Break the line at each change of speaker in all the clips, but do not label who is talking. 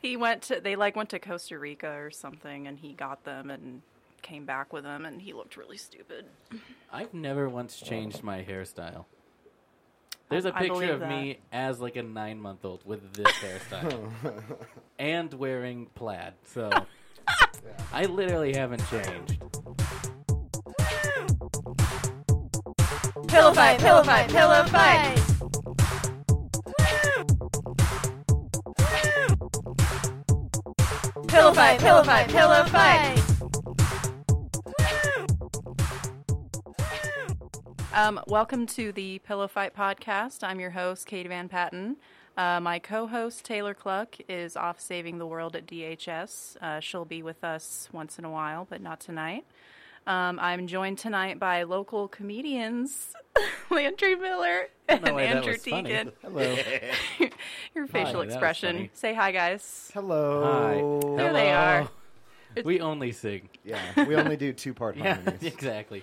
he went to they like went to Costa Rica or something, and he got them and came back with them, and he looked really stupid.
I've never once changed my hairstyle. There's a
I
picture
believe
of me as like a nine month old with this hairstyle and wearing plaid. So I literally haven't changed.
Pillow fight, pillow fight, pillow fight. Pillow fight, pillow fight, pillow fight.
Um, welcome to the Pillow Fight podcast. I'm your host Kate Van Patten. Uh, my co-host Taylor Cluck is off saving the world at DHS. Uh, she'll be with us once in a while, but not tonight. Um, I'm joined tonight by local comedians Landry Miller and
way that
Andrew
was funny.
Teagan.
Hello.
Your facial
that was
expression.
funny.
Say hi, guys.
Hi.
Hello.
There they are.
We only sing.
Yeah, we only do two part
Yeah,
harmonies.
exactly.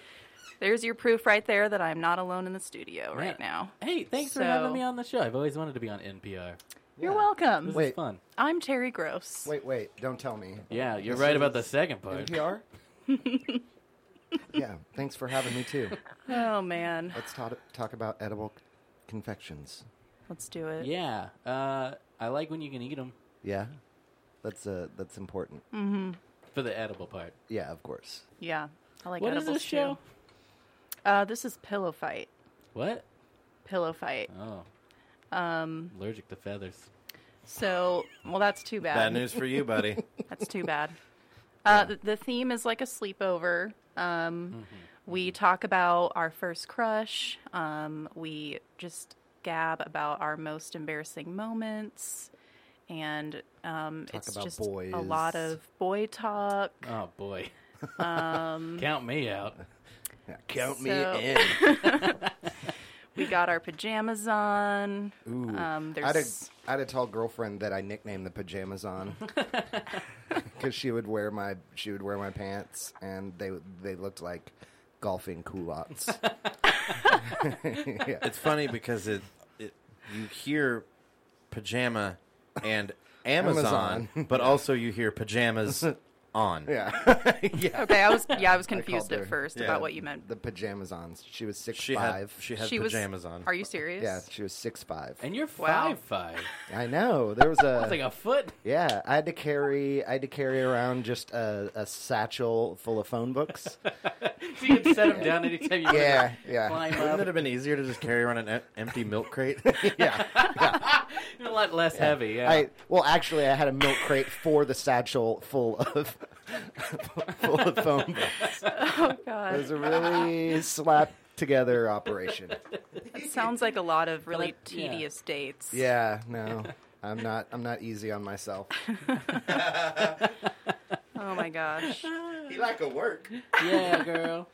There's your proof right there that I'm not alone in the studio right
Yeah.
now.
Hey, thanks for
So-
having me on the show. I've always wanted to be on NPR.
You're
Yeah.
welcome.
This is
Wait.
fun.
I'm Terry Gross.
Wait, wait, don't tell me.
Yeah, you're
This
right
is
about the second part.
NPR? yeah, thanks for having me too.
Oh man,
Let's talk, talk about edible confections.
let's do it.
Yeah, uh, I like when you can eat them
Yeah? That's uh that's important.
Mm.
for the edible part.
Yeah, of course.
Yeah. I like
What is
edibles
this show?
too. Uh, this is Pillow Fight.
What?
Pillow Fight.
Oh. Um, Allergic to feathers.
So, well, that's too bad.
Bad news for you, buddy.
That's too bad. Uh, the, the theme is like a sleepover. Um, We talk about our first crush. Um, we just gab about our most embarrassing moments, and um,
Talk
it's
about
just
boys.
a lot of boy talk.
Oh boy. Um, Count me out.
Count me
So-
in.
We got our pajamas on.
Ooh.
Um,
I had, a,
there's
I had a tall girlfriend that I nicknamed the pajamas on because she would wear my she would wear my pants and they they looked like golfing culottes.
It's funny because it, it you hear pajama and Amazon,
Amazon.
but also you hear pajamas on.
yeah,
okay. I was yeah, I was confused
called
at
her-
first
yeah,
about what you meant.
the pajamas on. She was six
She
five.
had she had
she
pajamas
was.
on.
Are you serious?
yeah, she was six five.
And you're
Wow.
five five.
I know there was a
That's like a foot.
Yeah, I had to carry I had to carry around just a, a satchel full of phone books.
So you can set them down anytime you want.
yeah, yeah,
Climb
Wouldn't
up.
it have been easier to just carry around an em- empty milk crate?
yeah.
a lot less heavy. Yeah.
I well, actually, I had a milk crate for the satchel full of full of phone books.
Oh
It
god.
was a really slap together operation.
It sounds like a lot of really
But, yeah.
tedious dates.
Yeah, no, I'm not. I'm not easy on myself.
Oh my gosh.
he lack of work.
yeah, girl.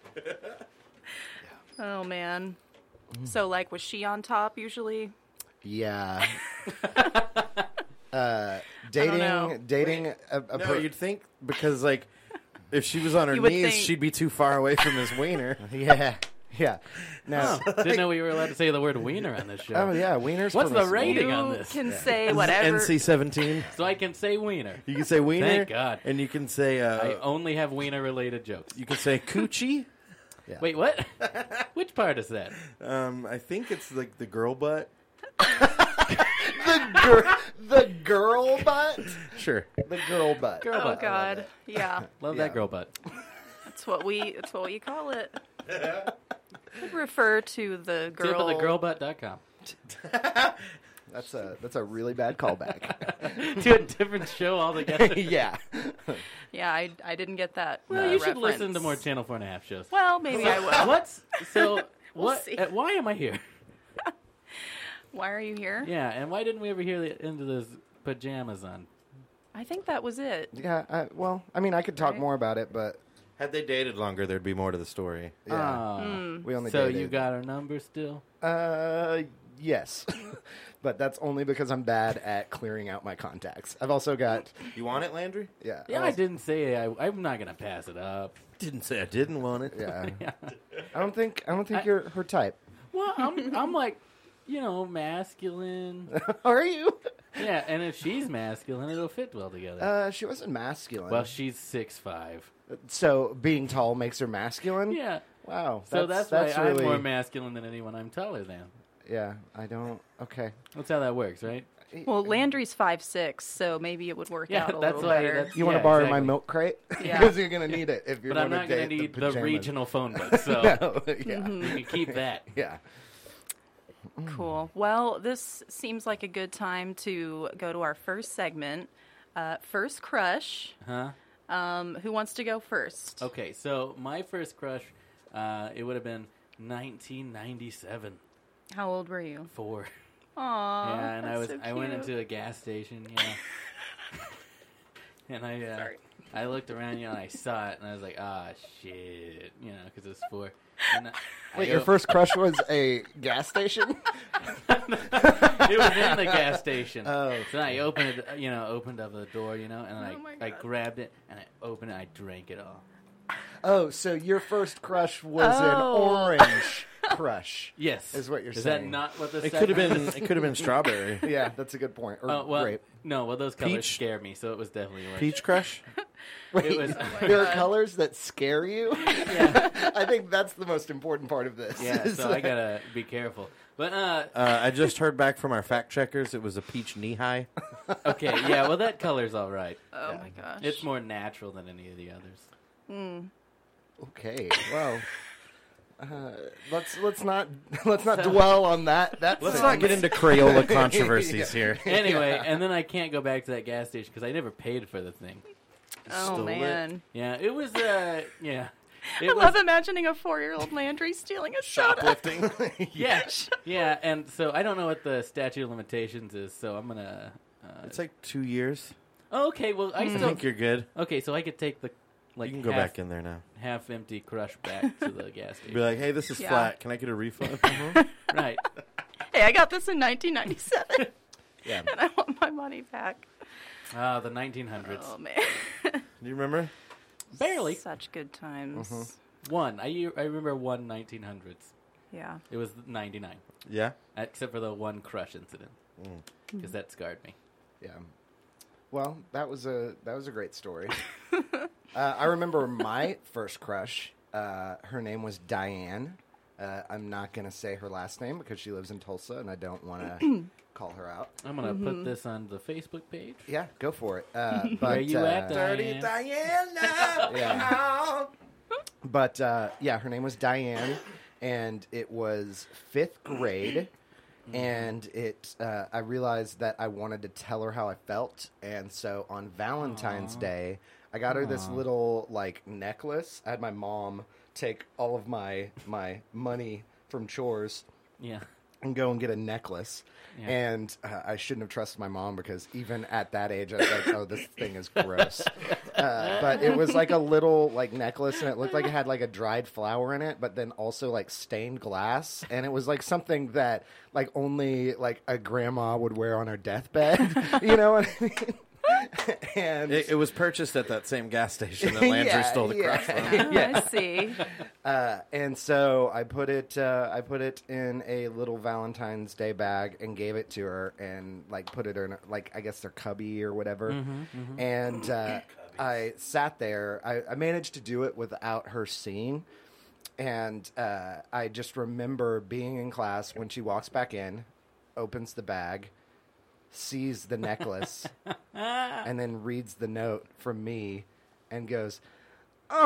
Oh man. So like was she on top usually?
Yeah. Uh,
know.
dating, dating a, a
No,
per-
you'd think because like if she was on her
You would
knees,
think-
she'd be too far away from his wiener.
yeah, yeah. No,
Didn't know we were allowed to say the word wiener on this show.
oh yeah, wieners.
What's the
permissible.
rating? Hitting
you
on this.
can say
This is
whatever.
NC seventeen.
So I can say wiener.
You can say wiener.
Thank God.
And you can say uh,
I only have wiener related jokes.
you can say coochie.
Wait, what? Which part is that?
Um, I think it's like the girl butt.
The, gir- the girl butt.
Sure.
The girl butt.
Girl
Oh
butt.
god. Yeah.
Love
Yeah.
that girl butt.
That's what we that's what we call it. Could refer to the girl.
Tip of the girlbutt.com.
That's a that's a really bad callback.
to a different show altogether.
yeah.
Yeah, I, I didn't get that.
Well,
uh,
you should
reference.
listen to more Channel Four and a Half shows.
Well, maybe I will.
What's so? what?
see.
uh, why am I here?
Why are you here?
Yeah, and why didn't we ever hear the end of this pajamas on?
I think that was it.
Yeah. I, well, I mean, I could talk
Right.
more about it, but
Had they dated longer, there'd be more to the story.
yeah,
Ah.
we only.
so
dated-
you got her number still?
Uh, yes, but that's only because I'm bad at clearing out my contacts. I've also got
You want it, Landry?
yeah.
Yeah,
I've
I
also-
didn't say I, I'm not gonna pass it up.
Didn't say I didn't want it.
Yeah. I don't think I don't think
I-
you're her type.
Well, I'm I'm like, you know, masculine.
Are you?
Yeah, and if she's masculine, it'll fit well together.
Uh, she wasn't masculine.
well, she's six five.
so being tall makes her masculine.
Yeah.
Wow.
So that's,
that's
why
really,
I'm more masculine than anyone. I'm taller than.
Yeah. I don't. Okay.
That's how that works, right?
Well, Landry's five six, so maybe it would work
Yeah,
out a
that's
little
why-
better.
that's-
You want to
Yeah,
borrow my
exactly.
milk crate?
Yeah.
Because you're gonna need it if you're
But I'm
gonna
not going
date
to need the,
pajamas.
regional Mm-hmm. phone book, so
No. yeah.
you can keep that.
Yeah.
Cool. Well, this seems like a good time to go to our first segment. Uh, first crush.
Huh?
Um, who wants to go first?
Okay, so my first crush, uh, it would have been 1997
How old were you?
four.
Aww.
yeah, and I was
that's so
I went
cute.
into a gas station, you know, and I uh,
Sorry.
I looked around, you know, and I saw it, and I was like, ah, shit, you know, because it was four. And I, I
Wait, your
go-
first crush was a gas station?
it was in the gas station.
Oh,
So I opened it, you know, opened up the door, you know, and
Oh my
I, I
God.
grabbed it and I opened it, I drank it all.
Oh, so your first crush was
Oh.
an orange crush.
Yes,
Is what you're
Is that
saying.
not what this?
It could have
segment
been.
was?
It could have been strawberry.
Yeah, that's a good point. Or
Oh well,
grape.
no. Well, those colors
Peach?
scared me, so it was definitely orange.
Peach Crush.
Wait,
It was.
there are colors that scare you.
yeah,
I think that's the most important part of this.
yeah.
is
So I
that-
gotta be careful. But uh,
Uh, I just heard back from our fact checkers. It was a peach knee high.
okay, yeah. Well, that color's all right.
Oh my gosh.
It's more natural than any of the others.
Okay. Well, uh, let's let's not let's not dwell on that. That's
Let's not get into Crayola controversies here.
Anyway, and then I can't go back to that gas station because I never paid for the thing.
oh
Stole it.
man.
Yeah, it was. Uh, yeah, it
I
was.
love imagining a four-year-old Landry stealing a soda.
Shoplifting.
Yeah, yeah. And so I don't know what the statute of limitations is, so I'm gonna. Uh,
It's like two years.
oh, okay. Well, I
I
still
think you're good.
okay. So I could take the like
Mm. you can go
half,
back in there now.
half empty crush back to the gas
Be
station.
like, hey, this is
Yeah.
flat. Can I get a refund?
right.
Hey, I got this in 1997,
yeah.
and I want my money back.
Ah, the 1900s.
Oh man,
Do you remember?
Barely Mm-hmm.
such good times.
one. I u- I remember one 1900s.
Yeah.
It was 99,
Yeah.
except for the one crush incident,
Mm.
because that scarred me.
Yeah. Well, that was a that was a great story. uh, I remember my first crush. Uh, her name was Diane. Uh, I'm not gonna say her last name because she lives in Tulsa, and I don't want to call her out.
I'm gonna put this on the Facebook page.
Yeah, go for it. Uh, but,
Where you
uh,
at, Diane?
Diana.
Yeah. But uh, yeah, her name was Diane, and it was fifth grade, and it. Uh, I realized that I wanted to tell her how I felt, and so on Valentine's Day, I got her this little like necklace. I had my mom take all of my my money from chores
Yeah.
and go and get a necklace.
Yeah.
And uh, I shouldn't have trusted my mom because even at that age, I was like, "Oh, this thing is gross." uh, but it was like a little like necklace, and it looked like it had like a dried flower in it, but then also like stained glass, and it was like something that like only like a grandma would wear on her deathbed. you know what I mean? and
It, it was purchased at that same gas station that Landry
Yeah,
stole the
yeah.
crush from.
Oh, I see.
Uh, and so I put it, uh, I put it in a little Valentine's Day bag and gave it to her, and like put it in, like I guess their cubby or whatever. And uh, I sat there. I, I managed to do it without her seeing, and uh, I just remember being in class when she walks back in, opens the bag, sees the necklace, and then reads the note from me, and goes.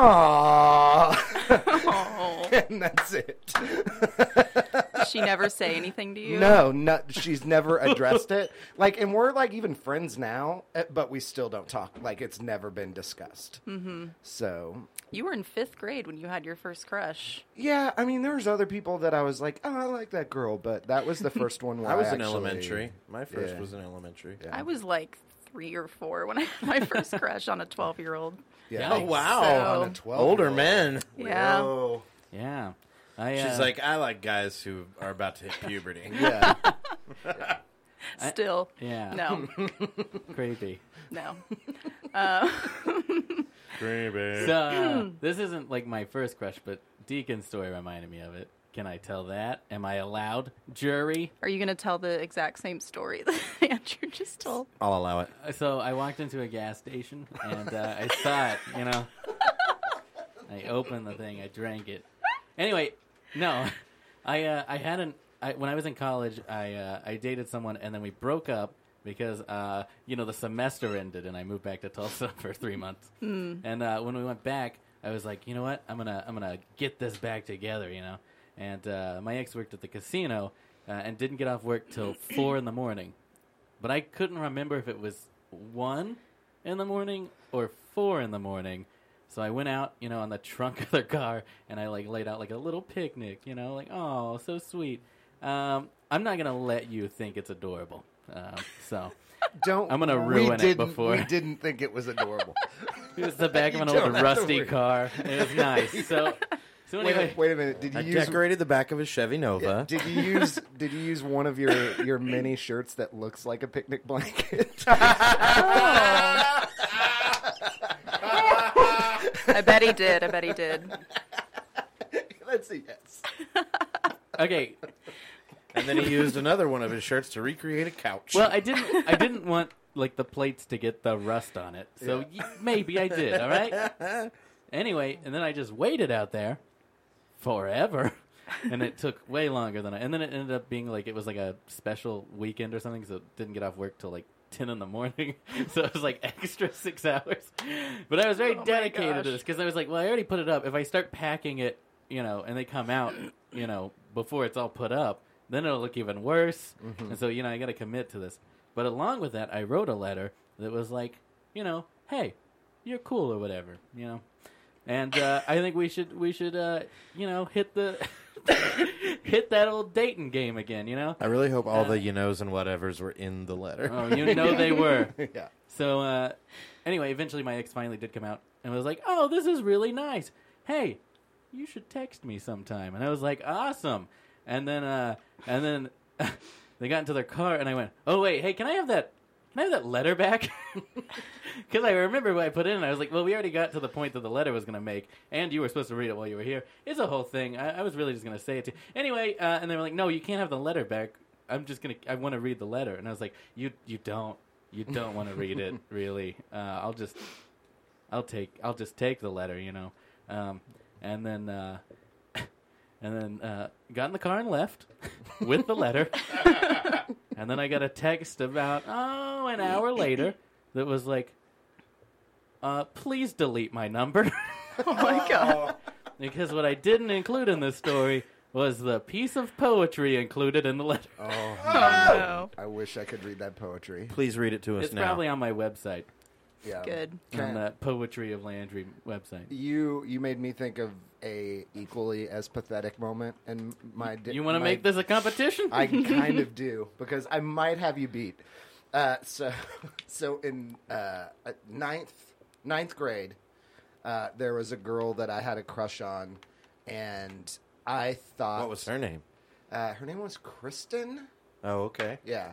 Aww.
Oh,
and that's it.
did she never say anything to you?
No, no, she's never addressed it. Like, and we're like even friends now, eh, but we still don't talk. Like, it's never been discussed. Mm-hmm. So,
You were in fifth grade when you had your first crush.
yeah, I mean, there was other people that I was like, oh, I like that girl, but that was the first one. Where
I was in
actually-
elementary. My first
Yeah.
was in elementary.
Yeah.
I was like three or four when I had my first crush on a twelve-year-old.
Yeah,
Oh,
like,
wow.
on a
So-
12
Older men.
Yeah.
Whoa.
Yeah. I,
She's
uh,
like, I like guys who are about to hit puberty.
Yeah.
Still,
yeah,
no,
creepy.
no.
Creepy.
So uh, this isn't like my first crush, but Deacon's story reminded me of it. Can I tell that? Am I allowed? Jury?
Are you going to tell the exact same story that Andrew just told?
I'll allow it.
So I walked into a gas station and uh, I saw it, you know. I opened the thing, I drank it. Anyway, no, I uh, I had an I, when I was in college, I uh, I dated someone and then we broke up because uh, you know the semester ended and I moved back to Tulsa for three months. Mm. And uh, when we went back, I was like, you know what, I'm gonna I'm gonna get this back together, you know. And uh, my ex worked at the casino uh, and didn't get off work till four in the morning but I couldn't remember if it was one in the morning or four in the morning. So I went out, you know, on the trunk of their car, and I like laid out like a little picnic, you know, like oh, so sweet. Um, I'm not gonna let you think it's adorable. Um, so
Don't.
I'm gonna
we
ruin it
didn't-
before.
We didn't think it was adorable.
it was the back of
You
an
don't
old
have to
rusty
worry.
car. It was nice. So, so
wait,
anyway,
a, wait a minute. Did you
I
use?
decorated the back of his Chevy Nova.
Did you use? Did you use one of your your mini shirts that looks like a picnic blanket?
Oh. I bet he did. I bet he did.
That's a yes.
okay.
and then he used another one of his shirts to recreate a couch.
Well, I didn't. I didn't want like the plates to get the rust on it. So y- maybe I did. All right. Anyway, and then I just waited out there forever, and it took way longer than I. And then it ended up being like it was like a special weekend or something, so it didn't get off work till like ten in the morning. so it was like extra six hours. But I was very
Oh my
dedicated to
gosh.
this because I was like, well, I already put it up. If I start packing it, you know, and they come out, you know, before it's all put up, then it'll look even worse.
Mm-hmm.
And so you know, I got to commit to this. But along with that, I wrote a letter that was like, you know, hey, you're cool or whatever, you know. And uh, I think we should we should uh, you know hit the hit that old Dayton game again, you know.
I really hope all
Uh,
the you knows and whatevers were in the letter.
Oh, you know they were.
Yeah.
So uh, anyway, eventually my ex finally did come out and was like, "Oh, this is really nice. Hey, you should text me sometime." And I was like, "Awesome." And then uh, and then they got into their car and I went, "Oh wait, hey, can I have that? Can I have that letter back?" Because I remember what I put in. and I was like, "Well, we already got to the point that the letter was going to make, and you were supposed to read it while you were here. It's a whole thing. I, I was really just going to say it to you. anyway." Uh, and they were like, "No, you can't have the letter back. I'm just going to. I want to read the letter." And I was like, "You you don't." You don't want to read it, really. Uh, I'll just I'll take I'll just take the letter, you know. Um, and then uh, and then uh, got in the car and left with the letter. and then I got a text about oh an hour later that was like, uh, please delete my number
Oh my god.
because what I didn't include in this story was the piece of poetry included in the letter.
Oh no.
I wish I could read that poetry.
Please read it to us
it's
now.
probably on my website
Yeah.
Good.
on
Can-
the Poetry of Landry website.
You you made me think of a equally as pathetic moment, and my di-
You want to
my-
make this a competition?
I kind of do because I might have you beat. Uh, so, so in uh, ninth ninth grade, uh, there was a girl that I had a crush on, and I thought
what was her name?
Uh, her name was Kristen.
Oh, okay.
Yeah,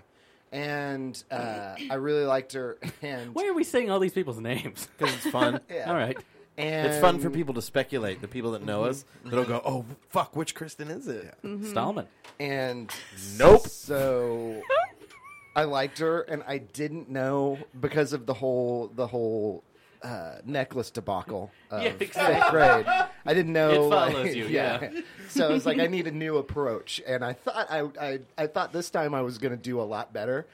and uh, I really liked her. And
Why are we saying all these people's names?
Because it's fun.
yeah,
All right.
and
It's fun for people to speculate. The people that know us, that'll go, "Oh fuck, which Kristen is it?"
Mm-hmm.
Stallman.
And
Nope.
So I liked her, and I didn't know because of the whole the whole uh, necklace debacle of
Yeah, exactly.
fifth grade. I didn't know.
It follows you, yeah.
So it's like I need a new approach, and I thought I I, I thought this time I was going to do a lot better.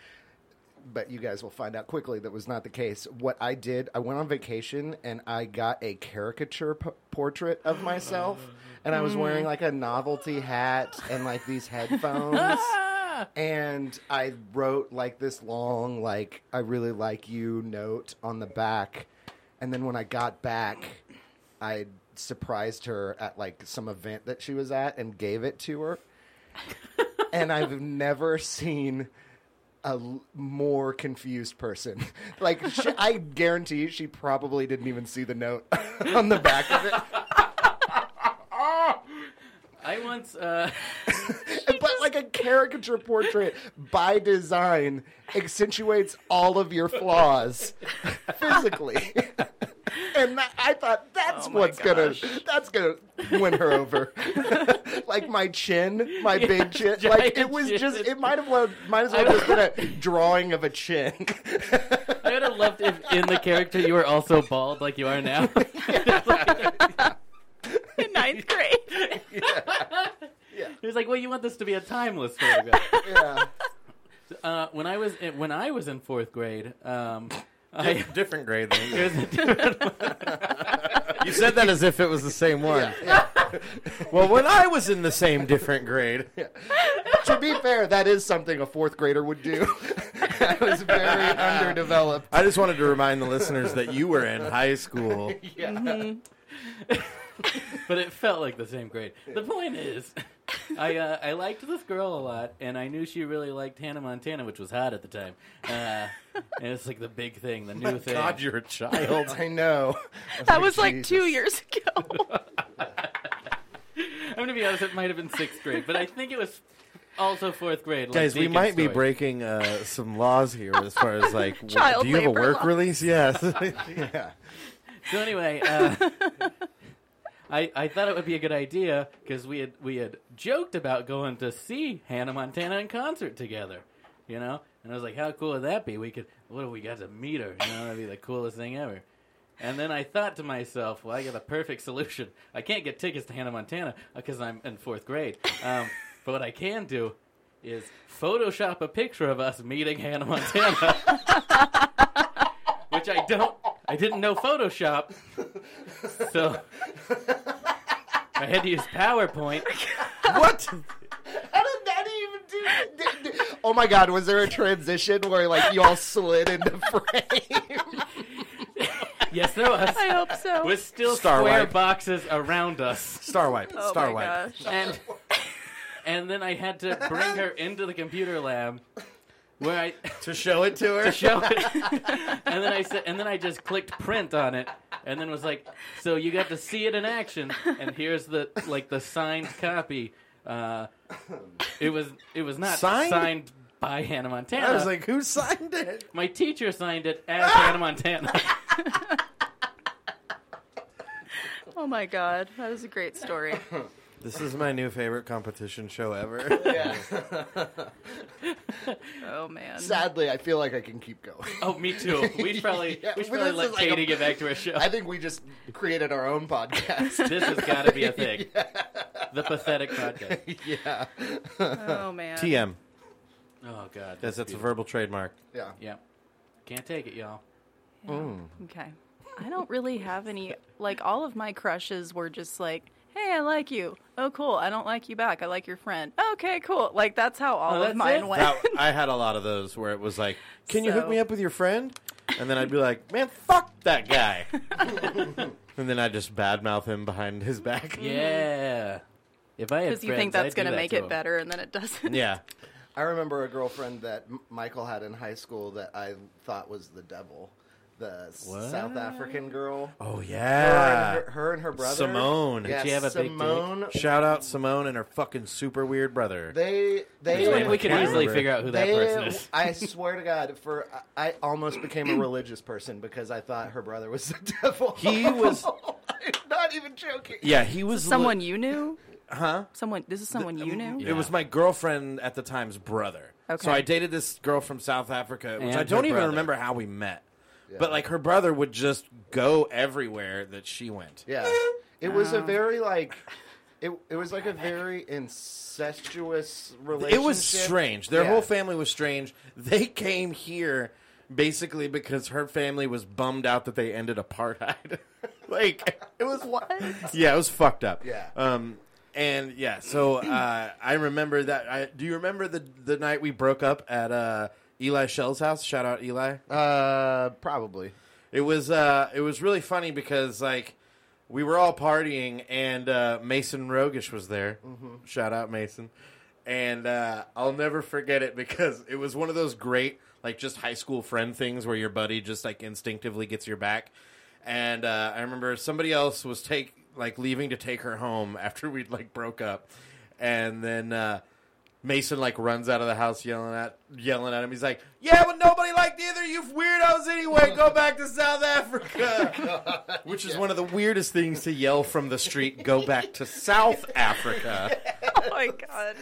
But you guys will find out quickly that was not the case. What I did, I went on vacation and I got a caricature p- portrait of myself,
Uh-huh.
and I
Mm.
was wearing like a novelty hat and like these headphones
Ah!
and I wrote like this long, like I really like you note on the back, and then when I got back, I surprised her at like some event that she was at and gave it to her, and I've never seen a l- more confused person. Like she, I guarantee she probably didn't even see the note on the back of it.
I once, uh,
but like a caricature portrait by design accentuates all of your flaws physically. and that, I thought that
Oh
that's what's gonna that's gonna win her over. like my chin, my big chin. Like it
giant
was
chin.
just it might have well might as well just been a drawing of a chin.
I would have loved if in the character you were also bald like you are now.
in ninth grade.
He was like, "Well, you want this to be a timeless photograph."
yeah.
Uh, when I was in, when I was in fourth grade, um, I,
different grade than you.
there's a different
You said that as if it was the same one. well, when I was in the same different grade,
To be fair, that is something a fourth grader would do. I was very underdeveloped.
I just wanted to remind the listeners that you were in high school.
Yeah.
Mm-hmm.
but it felt like the same grade. The point is, I uh, I liked this girl a lot, and I knew she really liked Hannah Montana, which was hot at the time. Uh, and it's like the big thing, the new thing.
God, you're a child.
I know.
That was like
Jesus.
two years ago.
I'm gonna be honest; it might have been sixth grade, but I think it was also fourth grade. like
Guys, we
Deacon's
might be
story.
breaking uh, some laws here as far as like, w-
Child
do you have a
labor
work
laws.
release? Yes.
Yeah.
So anyway, uh, I I thought it would be a good idea because we had we had joked about going to see Hannah Montana in concert together, you know. And I was like, how cool would that be? We could what if we got to meet her? You know, that'd be the coolest thing ever. And then I thought to myself, well, I got the perfect solution. I can't get tickets to Hannah Montana because I'm in fourth grade. Um, but what I can do is Photoshop a picture of us meeting Hannah Montana. Which I don't, I didn't know Photoshop. So I had to use PowerPoint.
what?
How did that even do? Did, did- oh my God! Was there a transition where like y'all slid into frame?
Yes, there was.
I hope so.
With still
Starlight.
square boxes around us.
Star wipe.
oh
star
my
wipe.
gosh.
And, and then I had to bring her into the computer lab where I
To show it to her.
show it. And then I said, and then I just clicked print on it, and then was like, so you got to see it in action, and here's the like the signed copy. Uh, it was it was not
Signed?
signed by Hannah Montana.
I was like, who signed it?
my teacher signed it as Hannah Montana.
Oh my god. That is a great story.
This is my new favorite competition show ever.
yeah.
Oh man.
Sadly, I feel like I can keep going.
oh, me too. We probably
Yeah,
we
but
should probably
this
let
is like a-
Katie get back to her show.
I think we just created our own podcast.
this has got to be a thing. The pathetic podcast.
yeah.
Oh man.
TM.
Oh God,
Yes, that's a
beautiful.
verbal trademark.
Yeah.
Yeah, can't take it, y'all.
Okay. I don't really have any like all of my crushes were just like, "Hey, I like you. Oh cool. I don't like you back. I like your friend. Okay, cool." Like that's how all
Oh,
of
that's
mine
it?
went.
That, I had a lot of those where it was like, "Can you hook
So-
me up with your friend?" And then I'd be like, "Man, fuck that guy," and then I would just badmouth him behind his back.
Mm-hmm.
Yeah. If I had
Because you think
friends, I'd
that's
do
going to
that
make
to
it
'em.
better, and then it doesn't.
Yeah.
I remember a girlfriend that M- Michael had in high school that I thought was the devil, the s-
What?
South African girl.
Oh
Her,
yeah.
and her, her and her brother
Simone.
Yes,
Did she have a big dick?
Simone.
Shout out Simone and her fucking super weird brother.
They
I
they
feel like we could
Yeah.
easily
Remember.
figure out who that
They-
person is.
I swear to God, for I, I almost became a religious person because I thought her brother was the devil.
He was-
I'm not even joking.
yeah, he was
Someone
li-
you knew?
huh?
Someone. This is someone you knew.
It was my girlfriend at the time's brother.
Okay.
So I dated this girl from South Africa, which
And
I don't
her
even
brother.
remember how we met. But like her brother would just go everywhere that she went.
Yeah. It was a very like it, it was like a very incestuous relationship.
It was strange. Their
Yeah.
whole family was strange. They came here basically because her family was bummed out that they ended apartheid. like it was what? Yeah, it was fucked up.
Yeah.
Um and yeah, so uh, I remember that I do you remember the the night we broke up at uh Eli Shell's house? Shout out Eli.
Uh probably.
It was uh, it was really funny because like we were all partying and uh, Mason Rogish was there. Shout out Mason, and uh, I'll never forget it because it was one of those great like just high school friend things where your buddy just like instinctively gets your back. And uh, I remember somebody else was take like leaving to take her home after we'd like broke up, and then. Uh, Mason like runs out of the house yelling at yelling at him. He's like, "Yeah, but nobody liked either of you weirdos anyway. Go back to South Africa," which is one of the weirdest things to yell from the street. Go back to South Africa,
Oh my god.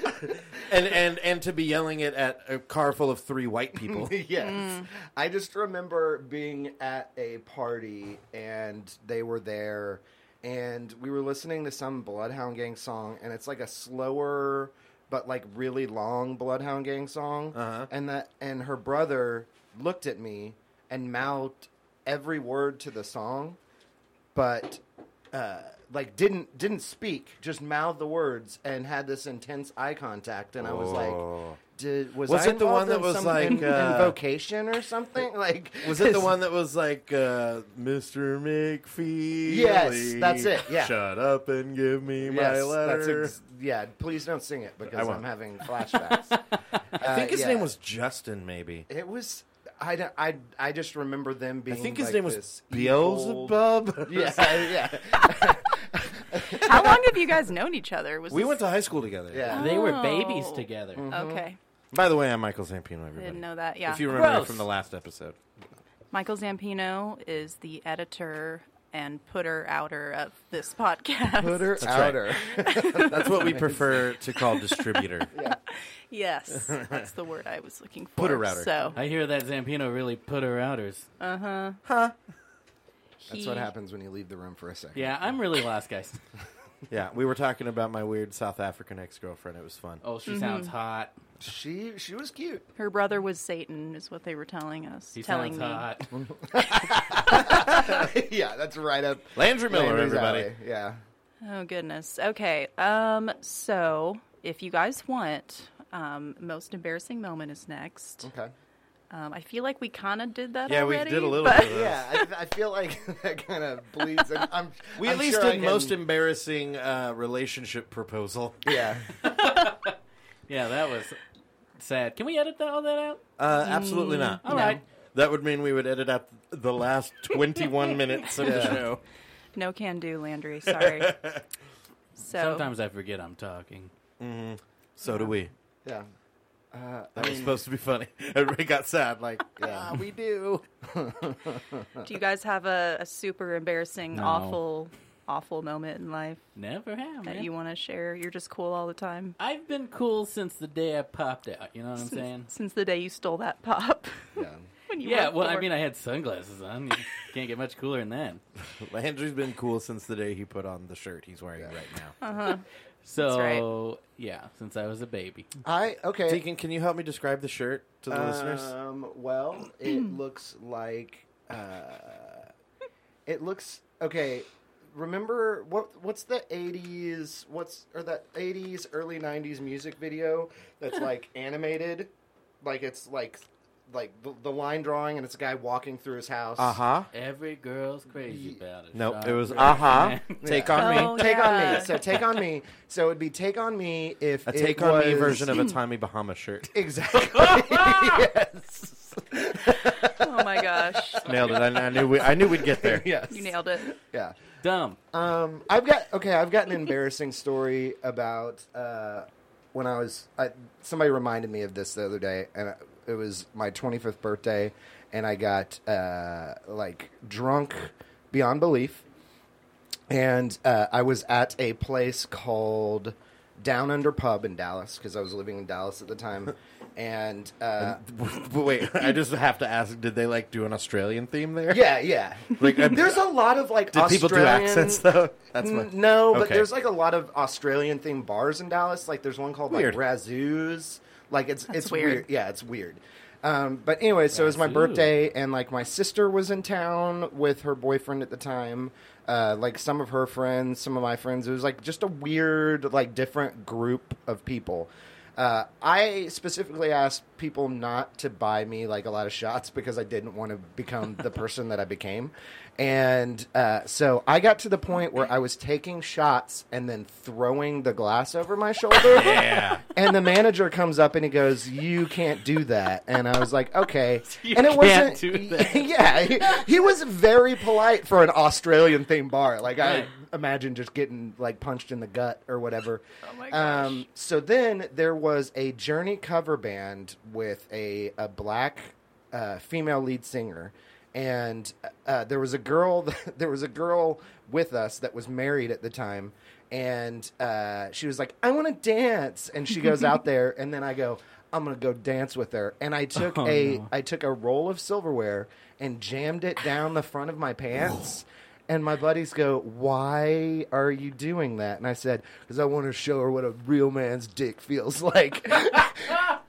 and and and to be yelling it at a car full of three white people.
yes.
Mm.
I just remember being at a party and they were there and we were listening to some Bloodhound Gang song and it's like a slower but like really long Bloodhound Gang song
Uh-huh.
and that and her brother looked at me and mouthed every word to the song but uh, like didn't didn't speak just mouthed the words and had this intense eye contact and I was
Oh.
like did, was
Was
I
it the one
involved
that
in
was
some-
like,
in- in
uh,
vocation or something? Like
Was it the one that was like uh, Mr. McFeely?
Yes, that's it, yeah.
Shut up and give me
Yes,
my
that's
letter.
ex- yeah, please don't sing it because
won't.
I'm having flashbacks.
I think
Uh,
his
yeah.
name was Justin, maybe.
It was. I, don't- I, I just remember them
I
being.
think his
like
name was
this evil-
Beelzebub.
Yeah, yeah,
How long have you guys known each other? Was
we
this-
went to high school together.
yeah.
They were
Oh.
babies together.
Okay.
By the way, I'm Michael Zampino, everybody.
Didn't know that. Yeah.
If you remember
Gross.
from the last episode.
Michael Zampino is the editor and putter outer of this podcast.
Putter
That's right.
outer.
That's what we prefer to call distributor.
Yes, that's the word I was looking for.
Putter outer.
So
I hear that Zampino really put her outers.
That's what happens when you leave the room for a second.
Yeah, I'm really lost, guys.
yeah, we were talking about my weird South African ex-girlfriend. It was fun.
Oh, she
Mm-hmm.
sounds hot.
She, she was cute.
Her brother was Satan, is what they were telling us.
She
telling
sounds
me.
hot.
yeah, that's right up.
Landry Miller,
Landry's
everybody.
alley. Yeah.
Oh goodness. Okay. Um. So if you guys want, um, most embarrassing moment is next.
Okay.
Um, I feel like we kind of did that.
Yeah, we
already,
did a little
but-
bit of that.
Yeah, I, I feel like that kind of bleeds. And I'm,
We
I'm
at least
sure I
did
can-
most embarrassing uh, relationship proposal.
Yeah.
Yeah, that was sad. Can we edit that, all that out?
Uh, absolutely not.
Mm.
All right.
That would mean we would edit out the last 21 minutes of the show.
No can do, Landry. Sorry. So
Sometimes I forget I'm talking.
So do we.
Yeah.
That was supposed to be funny. Everybody got sad. Uh, Like,
Yeah.
ah, we do.
do you guys have a, a super embarrassing,
No.
awful, awful moment in life
Never have.
that
man.
you want to share? You're just cool all the time.
I've been cool since the day I popped out. You know what I'm saying?
Since the day you stole that pop.
Yeah.
when you
Yeah.
were
Well, I
four.
mean, I had sunglasses on. You can't get much cooler than that.
Landry's been cool since the day he put on the shirt he's wearing right now.
So
right.
yeah, since I was a baby.
I okay.
Deacon, can you help me describe the shirt to the listeners?
Um, well, it looks like uh, it looks okay. Remember what? What's the '80s? What's or that '80s early '90s music video that's like animated, like it's like like the, the line drawing and it's a guy walking through his house.
Uh huh.
Every girl's crazy about it.
No,
Sean
it was
Rick.
uh huh.
Man.
Take
Yeah.
on
Oh,
me.
Take on
yeah.
me. So take on me. So it'd be take on me if
A
it
take on me
was-
version of a Tommy Bahama shirt.
exactly. yes.
oh my gosh,
Nailed it. I, I knew we. I knew we'd get there.
Yes.
you nailed it.
Yeah.
Dumb.
Um, I've got okay. I've got an embarrassing story about uh, when I was. I, somebody reminded me of this the other day, and it was my 25th birthday, and I got uh, like drunk beyond belief, and uh, I was at a place called Down Under Pub in Dallas because I was living in Dallas at the time, and uh,
But wait, I just have to ask: Did they like do an Australian theme there?
yeah, yeah.
Like, I'm-
There's a lot of like
Did people do
Australian-
accents though? That's my.
Mm, no, but
Okay.
there's like a lot of Australian themed bars in Dallas. Like there's one called
Weird.
like Razoo's. Like it's it's
weird.
weird. Yeah, it's weird. Um, but anyway, so it was my
Razoo.
birthday, and like my sister was in town with her boyfriend at the time. Uh, like some of her friends, some of my friends. It was like just a weird, like different group of people. Uh, I specifically asked people not to buy me like a lot of shots because I didn't want to become the person that I became. And uh, so I got to the point where I was taking shots and then throwing the glass over my shoulder.
Yeah.
And the manager comes up and he goes, "You can't do that." And I was like, "Okay."
You
and it
can't
wasn't.
do that.
yeah, he, he was very polite for an Australian themed bar. Like I,
Right.
imagine just getting like punched in the gut or whatever.
Oh my gosh.
Um, so then there was a Journey cover band with a a black uh, female lead singer, and uh, there was a girl there was a girl with us that was married at the time, and uh, she was like, "I want to dance," and she goes out there, and then I go. I'm gonna go dance with her, and I took
Oh,
a I
no.
took a roll of silverware and jammed it down the front of my pants. And my buddies go, "Why are you doing that?" And I said, "Because I want to show her what a real man's dick feels like."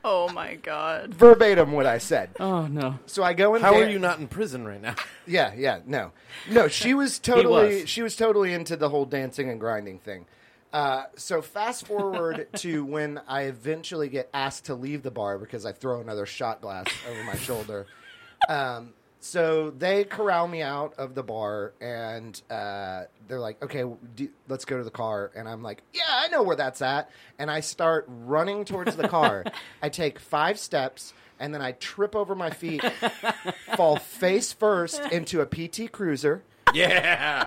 Oh my god.
Verbatim, what I said.
Oh no.
So I go in.
How
there.
are you not in prison right now?
Yeah, yeah, no, no. She was totally,
was.
she was totally into the whole dancing and grinding thing. Uh, so fast forward to when I eventually get asked to leave the bar because I throw another shot glass over my shoulder. Um, so they corral me out of the bar and uh, they're like, "Okay, do, let's go to the car." And I'm like, "Yeah, I know where that's at." And I start running towards the car. I take five steps and then I trip over my feet fall face first into a PT Cruiser,
yeah.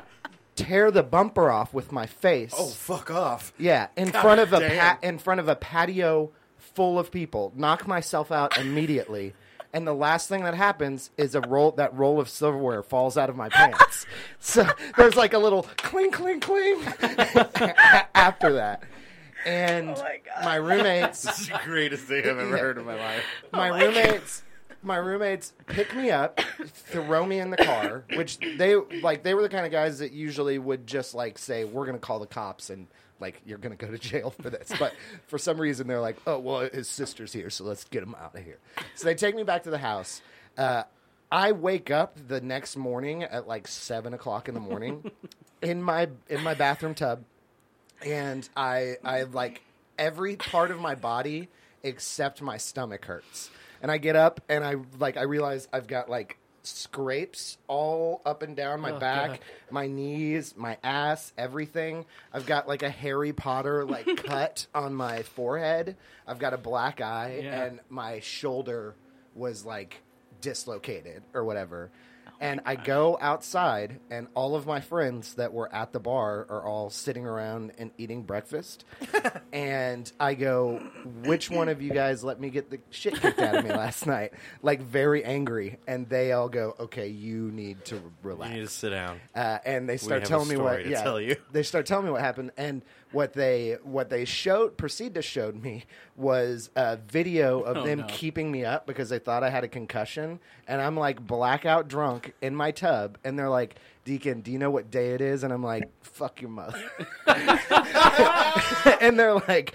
tear the bumper off with my face.
Oh, fuck off.
yeah, in
God
front of a
damn.
pa- in front of a patio full of people. Knock myself out immediately. And the last thing that happens is a roll that roll of silverware falls out of my pants. So there's like a little cling cling cling after that. And
Oh my God.
my roommates
This is the greatest thing I've ever heard in my life.
my roommates my roommates pick me up throw me in the car which they like they were the kind of guys that usually would just like say we're gonna call the cops and like you're gonna go to jail for this but for some reason they're like oh well his sister's here so let's get him out of here so they take me back to the house uh, i wake up the next morning at like seven o'clock in the morning in my in my bathroom tub and I I like every part of my body except my stomach hurts. And I get up and I like I realize I've got like scrapes all up and down my back, my knees, my ass, everything. I've got like a Harry Potter like cut on my forehead. I've got a black eye
Yeah.
and my shoulder was like dislocated or whatever. and I go outside, and all of my friends that were at the bar are all sitting around and eating breakfast. and I go, Which one of you guys let me get the shit kicked out of me last night? Like, very angry. And they all go, Okay, you need to relax.
You need to sit down.
Uh, and they start
have a
telling me
story
what
to
yeah,
tell you.
they start telling me what happened and what they what they showed proceed to showed me was a video of
Oh,
them
no.
keeping me up because they thought I had a concussion and I'm like blackout drunk in my tub and they're like Deacon, do you know what day it is? And I'm like, fuck your mother. and they're like,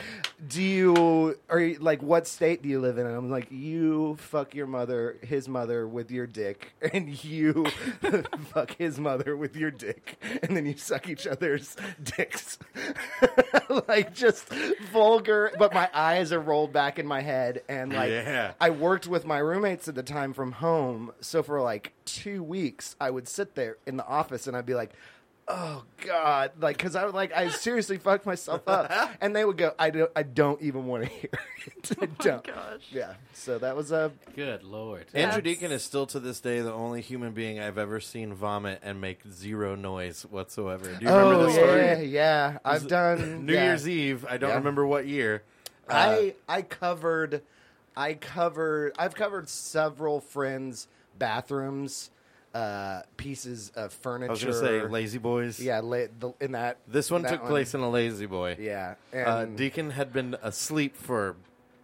do you, are you, like, what state do you live in? And I'm like, you fuck your mother, his mother with your dick, and you fuck his mother with your dick, and then you suck each other's dicks. like, just vulgar, but my eyes are rolled back in my head, and like,
Yeah.
I worked with my roommates at the time from home, so for like two weeks, I would sit there in the office and I'd be like, "Oh God!" Like, because I would like I seriously fucked myself up, and they would go, "I don't, I don't even want to hear it. I don't."
Gosh.
Yeah. So that was a
Good lord.
Andrew
That's-
Deacon is still to this day the only human being I've ever seen vomit and make zero noise whatsoever. Do you remember
oh
this
yeah,
story?
yeah. I've done
New
yeah.
Year's Eve. I don't
Yeah.
remember what year. Uh,
I I covered, I covered, I've covered several friends' bathrooms, uh, pieces of furniture.
I was going to say Lazy Boys.
Yeah, la- the, in that
This one
that
took place in a Lazy Boy.
Yeah,
Uh,
and
Deacon had been asleep for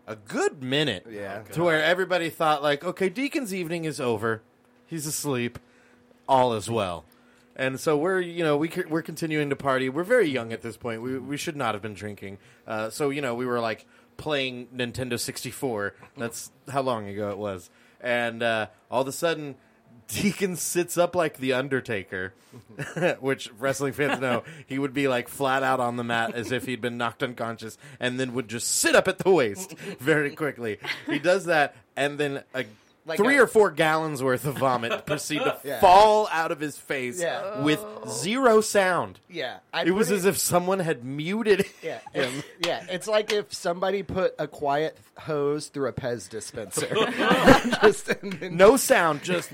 a good minute.
Yeah.
To where everybody thought, like, okay, Deacon's evening is over. He's asleep. All is well. And so we're, you know, we, c- we're continuing to party. We're very young at this point. We, we should not have been drinking. Uh, so, you know, we were like playing Nintendo 64. That's how long ago it was. And uh, all of a sudden, Deacon sits up like the Undertaker, which wrestling fans know he would be like flat out on the mat as if he'd been knocked unconscious, and then would just sit up at the waist very quickly. He does that, and then a
Like
Three
a-
or four gallons worth of vomit proceeded to
Yeah.
fall out of his face
Yeah.
with
Oh.
zero sound.
Yeah, I
it was
pretty-
as if someone had muted
Yeah,
him.
it's, yeah, it's like if somebody put a quiet hose through a Pez dispenser. Just- and then-
No sound, just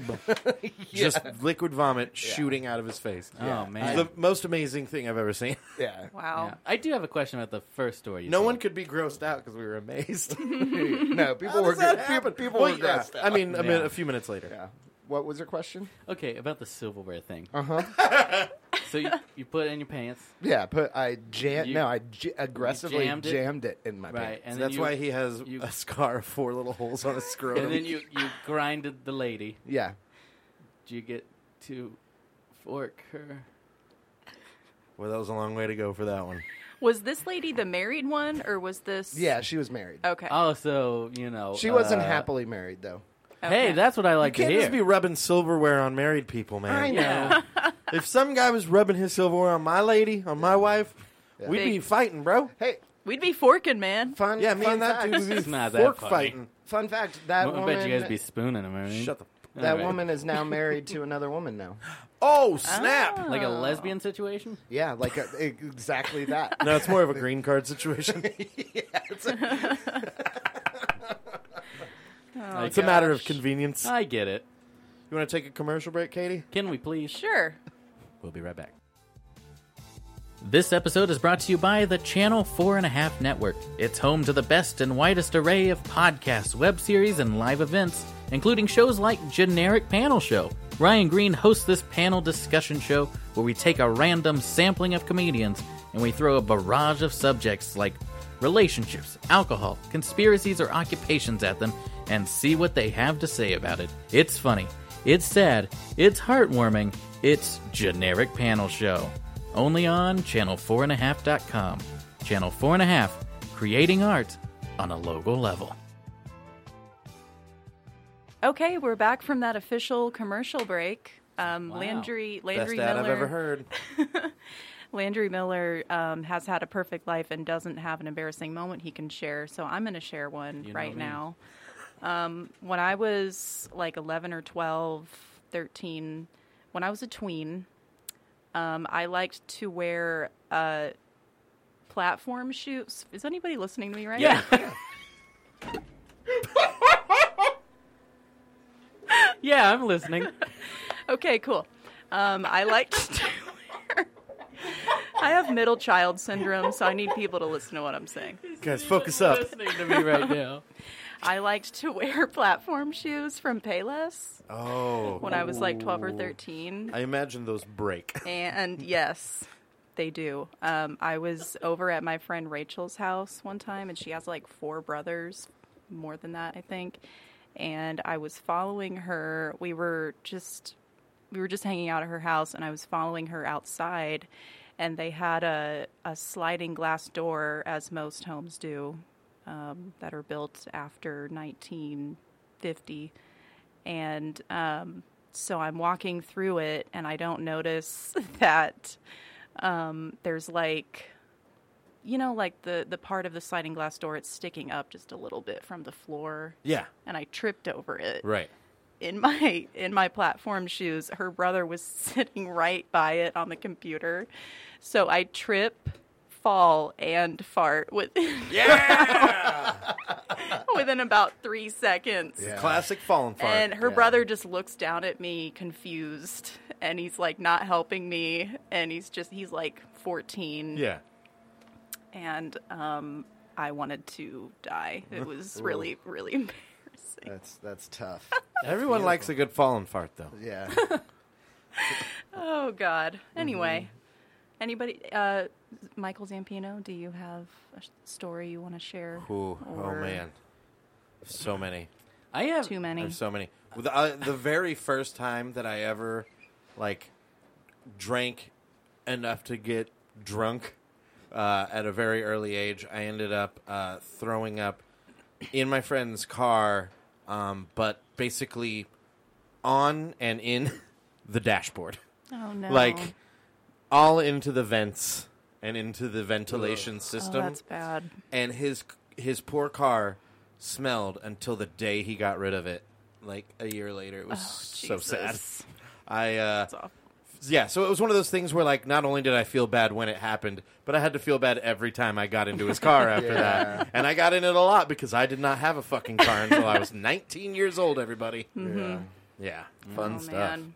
just
Yeah.
liquid vomit shooting out of his face.
Oh man.
The most amazing thing I've ever seen.
yeah.
Yeah.
Wow.
I do have a question about the first story. You
No
told.
one could be grossed out because we were amazed.
No, people were good. People, people
Well,
were
yeah,
grossed out.
I mean, a,
Yeah.
minute, a few minutes later.
yeah. What was your question?
Okay, about the silverware thing. Uh huh.
Uh-huh.
so you, you put it in your pants,
Yeah, but I jam.
You-
No, I j- aggressively
jammed
jammed
it?
it? in my
right?
pants.
And then
That's
you-
why he has
you-
a scar of four little holes on his scrotum.
And then you you grinded the lady.
Yeah.
Do you get to fork her?
well, that was a long way to go for that one.
Was this lady the married one, or was this?
Yeah, she was married.
Okay.
Oh, so you know
She wasn't
uh,
happily married though.
Hey,
Okay.
that's what I like
Can't
to hear.
just be rubbing silverware on married people, man.
I know.
yeah.
If some guy was rubbing his silverware on my lady, on my wife, we'd
Big-
be fighting, bro.
Hey,
We'd be forking, man.
fun.
Yeah, me
fun
and that
fact,
dude would
It's
be
not that
fork
funny.
fighting.
Fun fact: that
I
woman.
bet you guys be spooning them. I mean.
Shut the. f-
that
Alright.
woman is now married to another woman now.
Oh snap!
Ah.
like a lesbian situation.
Yeah, like uh, e- exactly that.
No, it's more of a green card situation.
I
Oh, It's a matter of
Gosh.
convenience.
I get it.
You want to take a commercial break, Katie?
Can we please?
Sure.
We'll be right back. This episode is brought to you by the Channel 4.5 Network. It's home to the best and widest array of podcasts, web series, and live events, including shows like Generic Panel Show. Ryan Green hosts this panel discussion show where we take a random sampling of comedians and we throw a barrage of subjects like relationships, alcohol, conspiracies, or occupations at them and see what they have to say about it. It's funny, it's sad, it's heartwarming, it's Generic Panel Show. Only on channel4.5.com. Channel 4.5, creating art on a local level.
Okay, we're back from that official commercial break. Um,
Wow.
Landry
Best
Landry
ad
Miller
I've ever heard.
Landry Miller um, has had a perfect life and doesn't have an embarrassing moment he can share. So I'm going to share one
You know
right
me.
now. Um, when I was like 11 or 12, 13, when I was a tween, um, I liked to wear uh, platform shoes. Is anybody listening to me right now?
yeah, I'm listening.
Okay, cool. Um, I like to wear. I have middle child syndrome, so I need people to listen to what I'm saying.
Guys, focus up.
listening to me right now.
I liked to wear platform shoes from Payless
Oh.
when I was like 12 or 13.
I imagine those break.
And yes, they do. Um, I was over at my friend Rachel's house one time, and she has like four brothers, more than that, I think. And I was following her. We were just we were just hanging out at her house, and I was following her outside. And they had a, a sliding glass door, as most homes do, um, that are built after 1950 and um, so I'm walking through it, and I don't notice that um, there's like, you know, like the the part of the sliding glass door it's sticking up just a little bit from the floor,
Yeah.
and I tripped over it
Right.
in my in my platform shoes. Her brother was sitting right by it on the computer, so I trip, fall, and fart within within about three seconds.
Yeah.
Classic fallen fart.
And her
yeah.
brother just looks down at me confused and he's like not helping me and he's just he's like 14
yeah.
and um I wanted to die. It was really really embarrassing.
That's that's tough.
Everyone likes a good fallen fart, though.
Yeah.
Oh god. Anyway,
Mm-hmm.
anybody uh Michael Zampino, do you have a sh- story you want to share?
Ooh, oh,
Or
man. So many.
I have
Too many.
There's so many. Well, The, uh, the very first time that I ever, like, drank enough to get drunk uh, at a very early age, I ended up uh, throwing up in my friend's car, um, but basically on and in the dashboard.
Oh no.
Like, all into the vents and into the ventilation
oh,
system
that's bad.
and his his poor car smelled until the day he got rid of it like a year later. It was so sad.
Oh, Jesus.
I uh,
That's awful.
yeah, so it was one of those things where like not only did I feel bad when it happened, but I had to feel bad every time I got into his car after
Yeah.
that. And I got in it a lot because I did not have a fucking car until I was 19 years old, everybody.
Yeah.
Yeah, fun
Oh,
stuff.
man.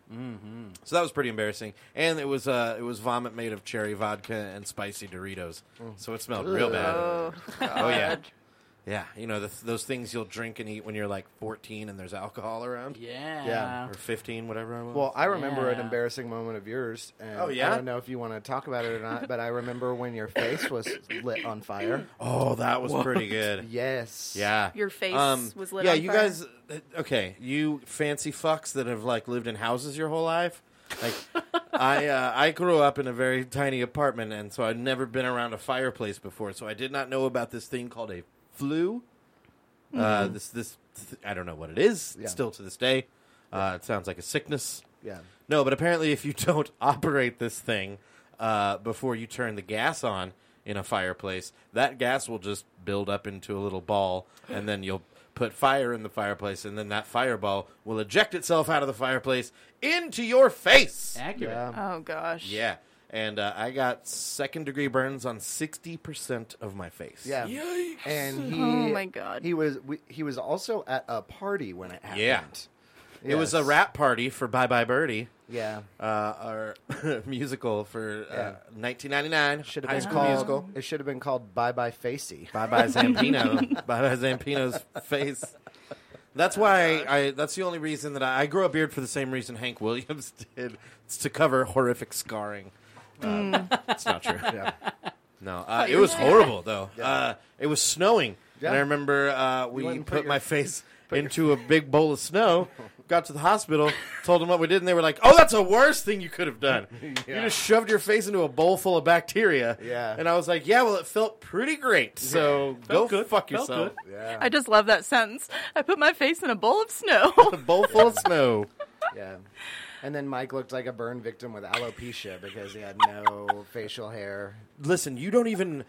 So that was pretty embarrassing. And it was uh it was vomit made of cherry vodka and spicy Doritos. So it smelled real bad.
Oh,
Oh yeah, yeah. You know the, those things you'll drink and eat when you're like 14 and there's alcohol around,
Yeah.
Yeah.
or 15, whatever I was.
Well, I remember an
Yeah.
embarrassing moment of yours. And
Oh, yeah?
I don't know if you want to talk about it or not, but I remember when your face was lit on fire.
oh, that was pretty good.
Yes.
Yeah, Um,
Your face was lit
Yeah,
on
you
fire?
guys. uh, Okay, you fancy fucks that have like lived in houses your whole life. Like, I uh, I grew up in a very tiny apartment, and so I'd never been around a fireplace before, so I did not know about this thing called a flue.
Mm-hmm.
Uh, this this th- I don't know what it is.
Yeah.
Still to this day, uh, it sounds like a sickness.
Yeah.
No, but apparently, if you don't operate this thing uh, before you turn the gas on in a fireplace, that gas will just build up into a little ball, and then you'll put fire in the fireplace, and then that fireball will eject itself out of the fireplace into your face.
Accurate.
Yeah.
Uh,
Oh gosh.
Yeah. And uh, I got second degree burns on 60% of my face.
Yeah. And he,
Oh, my God.
he was we, he was also at a party when it happened.
Yeah. It was a
Yes.
rap party for Bye Bye Birdie.
Yeah,
Uh, our musical for uh, 1999.
should
High
have been
School
called.
Musical.
It should have been called Bye Bye Facey.
Bye bye Zampino. bye bye Zampino's face. That's why I, That's the only reason that I, I grew a beard for the same reason Hank Williams did. It's to cover horrific scarring. Uh, it's not true.
Yeah.
No, uh, it was horrible though. Uh, it was snowing,
Yeah.
and I remember uh, we
went and
put,
put your-
my face into a big bowl of snow. Got to the hospital, told them what we did, and they were like, "Oh, that's the worst thing you could have done. You just shoved your face into a bowl full of bacteria."
Yeah.
and I was like, "Yeah, well, it felt pretty great. So go fuck
Felt
yourself."
good.
Yeah,
I just love that sentence. I put my face in a bowl of snow.
A bowl full of snow.
yeah. And then Mike looked like a burn victim with alopecia because he had no facial hair.
Listen, you don't even.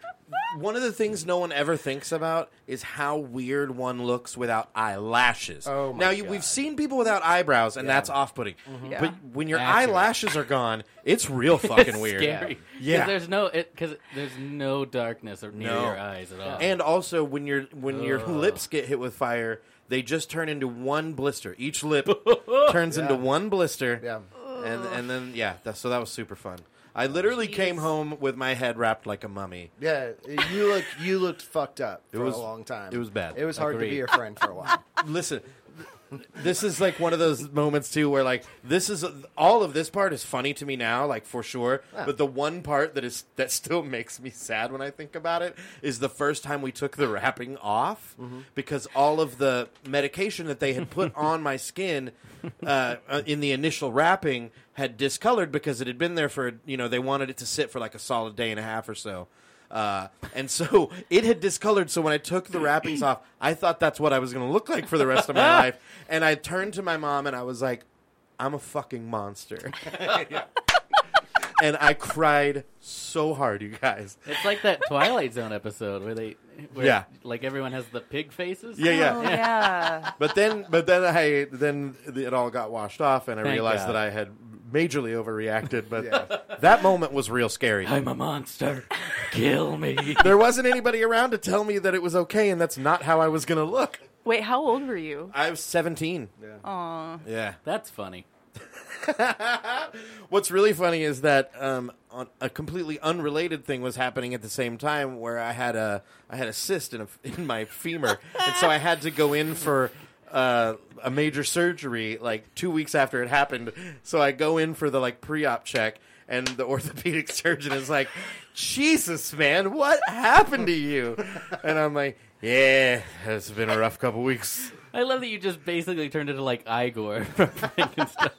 One of the things no one ever thinks about is how weird one looks without eyelashes.
Oh my
now you,
God.
we've seen people without eyebrows, and that's off-putting.
Yeah.
But when your
Accurate.
eyelashes are gone, it's real fucking weird.
Scary. 'Cause
Yeah.
There's no because there's no darkness or near
No.
your eyes at all.
And also, when your when your
Ugh.
lips get hit with fire, they just turn into one blister. Each lip turns into
Yeah.
one blister.
Yeah.
And and then yeah, that, so that was super fun. I literally came home with my head wrapped like a mummy.
Yeah, you look you looked fucked up for
was-
a long time.
it was bad.
It was hard to
Agreed.
be your friend for a while.
listen this is like one of those moments too where like this is all of this part is funny to me now like for sure but the one part that is that still makes me sad when i think about it is the first time we took the wrapping off because all of the medication that they had put on my skin uh, uh, in the initial wrapping had discolored because it had been there for you know they wanted it to sit for like a solid day and a half or so uh, and so it had discolored. So when I took the wrappings off, I thought that's what I was going to look like for the rest of my life. And I turned to my mom and I was like, I'm a fucking monster. and I cried so hard, you guys.
it's like that Twilight Zone episode where they where
Yeah.
like everyone has the pig faces.
Yeah, yeah.
Oh yeah.
But then, but then I then it all got washed off, and I
Thank
realized
God.
that I had majorly overreacted. But
Yeah.
that moment was real scary.
I'm a monster. Kill me.
there wasn't anybody around to tell me that it was okay, and that's not how I was going to look.
Wait, how old were you?
I was 17.
Aw.
Yeah.
That's funny.
What's really funny is that um, on a completely unrelated thing was happening at the same time, where I had a I had a cyst in, a, in my femur, and so I had to go in for uh, a major surgery like two weeks after it happened. So I go in for the like pre-op check, and the orthopedic surgeon is like, "Jesus, man, what happened to you?" And I'm like, "Yeah, it's been a rough couple weeks."
I love that you just basically turned into like Igor from Frankenstein.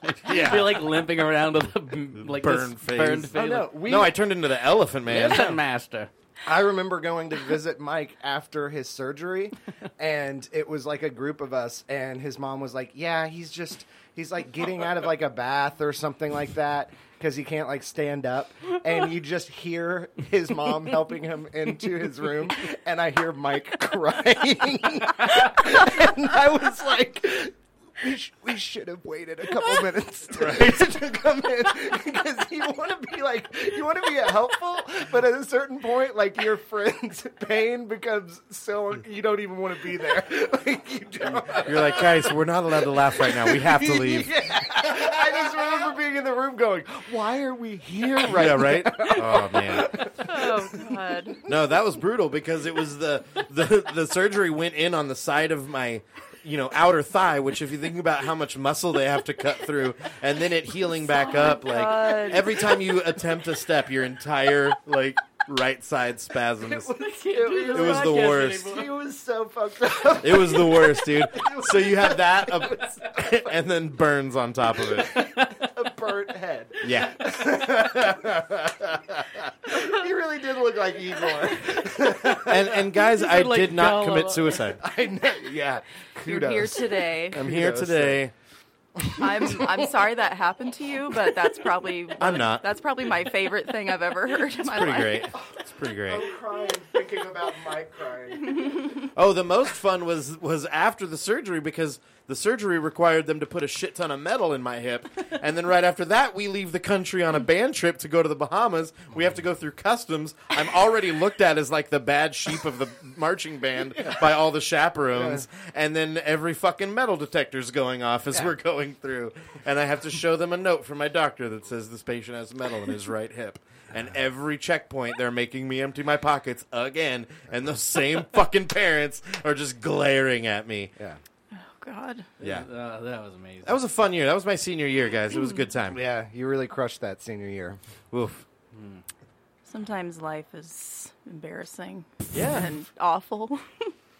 Yeah.
You're like limping around with a mm, like
Burned
this
face.
burned face.
Oh, no,
like,
we,
no, I turned into the elephant man.
Listen, master.
I remember going to visit Mike after his surgery, and it was like a group of us, and his mom was like, "Yeah, he's just he's like getting out of like a bath or something like that." Because he can't like stand up, and you just hear his mom helping him into his room, and I hear Mike crying, and I was like, we, sh- we should have waited a couple minutes to, to come in because you want to be like you want to be helpful, but at a certain point, like your friend's pain becomes so you don't even want to be there. Like you don't.
You're like, guys, we're not allowed to laugh right now. We have to leave.
Yeah. I just remember being in the room going, "Why are we here right
Yeah, right? Oh man.
Oh god.
No, that was brutal because it was the the the surgery went in on the side of my you know outer thigh, which if you think about how much muscle they have to cut through, and then it healing back up. Like
God.
every time you attempt a step, your entire like right side spasms.
It
It was the worst.
now?" He was so fucked up.
It was the worst, dude. So you have that, up, and then burns on top of it.
A burnt head.
Yeah,
He really did look like Igor.
and and guys, I
like,
did
y'all
not commit
are-
suicide.
I know. Yeah.
You're here today.
I'm here
Kudos.
today.
I'm I'm sorry that happened to you, but that's probably
I'm not.
that's probably my favorite thing I've ever heard in my
Pretty
life. Oh.
great. It's pretty great.
crying, thinking about Mike crying.
Oh, the most fun was was after the surgery because the surgery required them to put a shit ton of metal in my hip, and then right after that, we leave the country on a band trip to go to the Bahamas. We have to go through customs. I'm already looked at as like the bad sheep of the marching band by all the chaperones, and then every fucking metal detector's going off as we're going through, and I have to show them a note from my doctor that says this patient has metal in his right hip. And every checkpoint, they're making me empty my pockets again. And those same fucking parents are just glaring at me.
Yeah.
Oh god.
Yeah.
Uh, that was amazing.
That was a fun year. That was my senior year, guys. It was a good time.
Yeah, you really crushed that senior year.
Oof.
Sometimes life is embarrassing
Yeah.
and awful.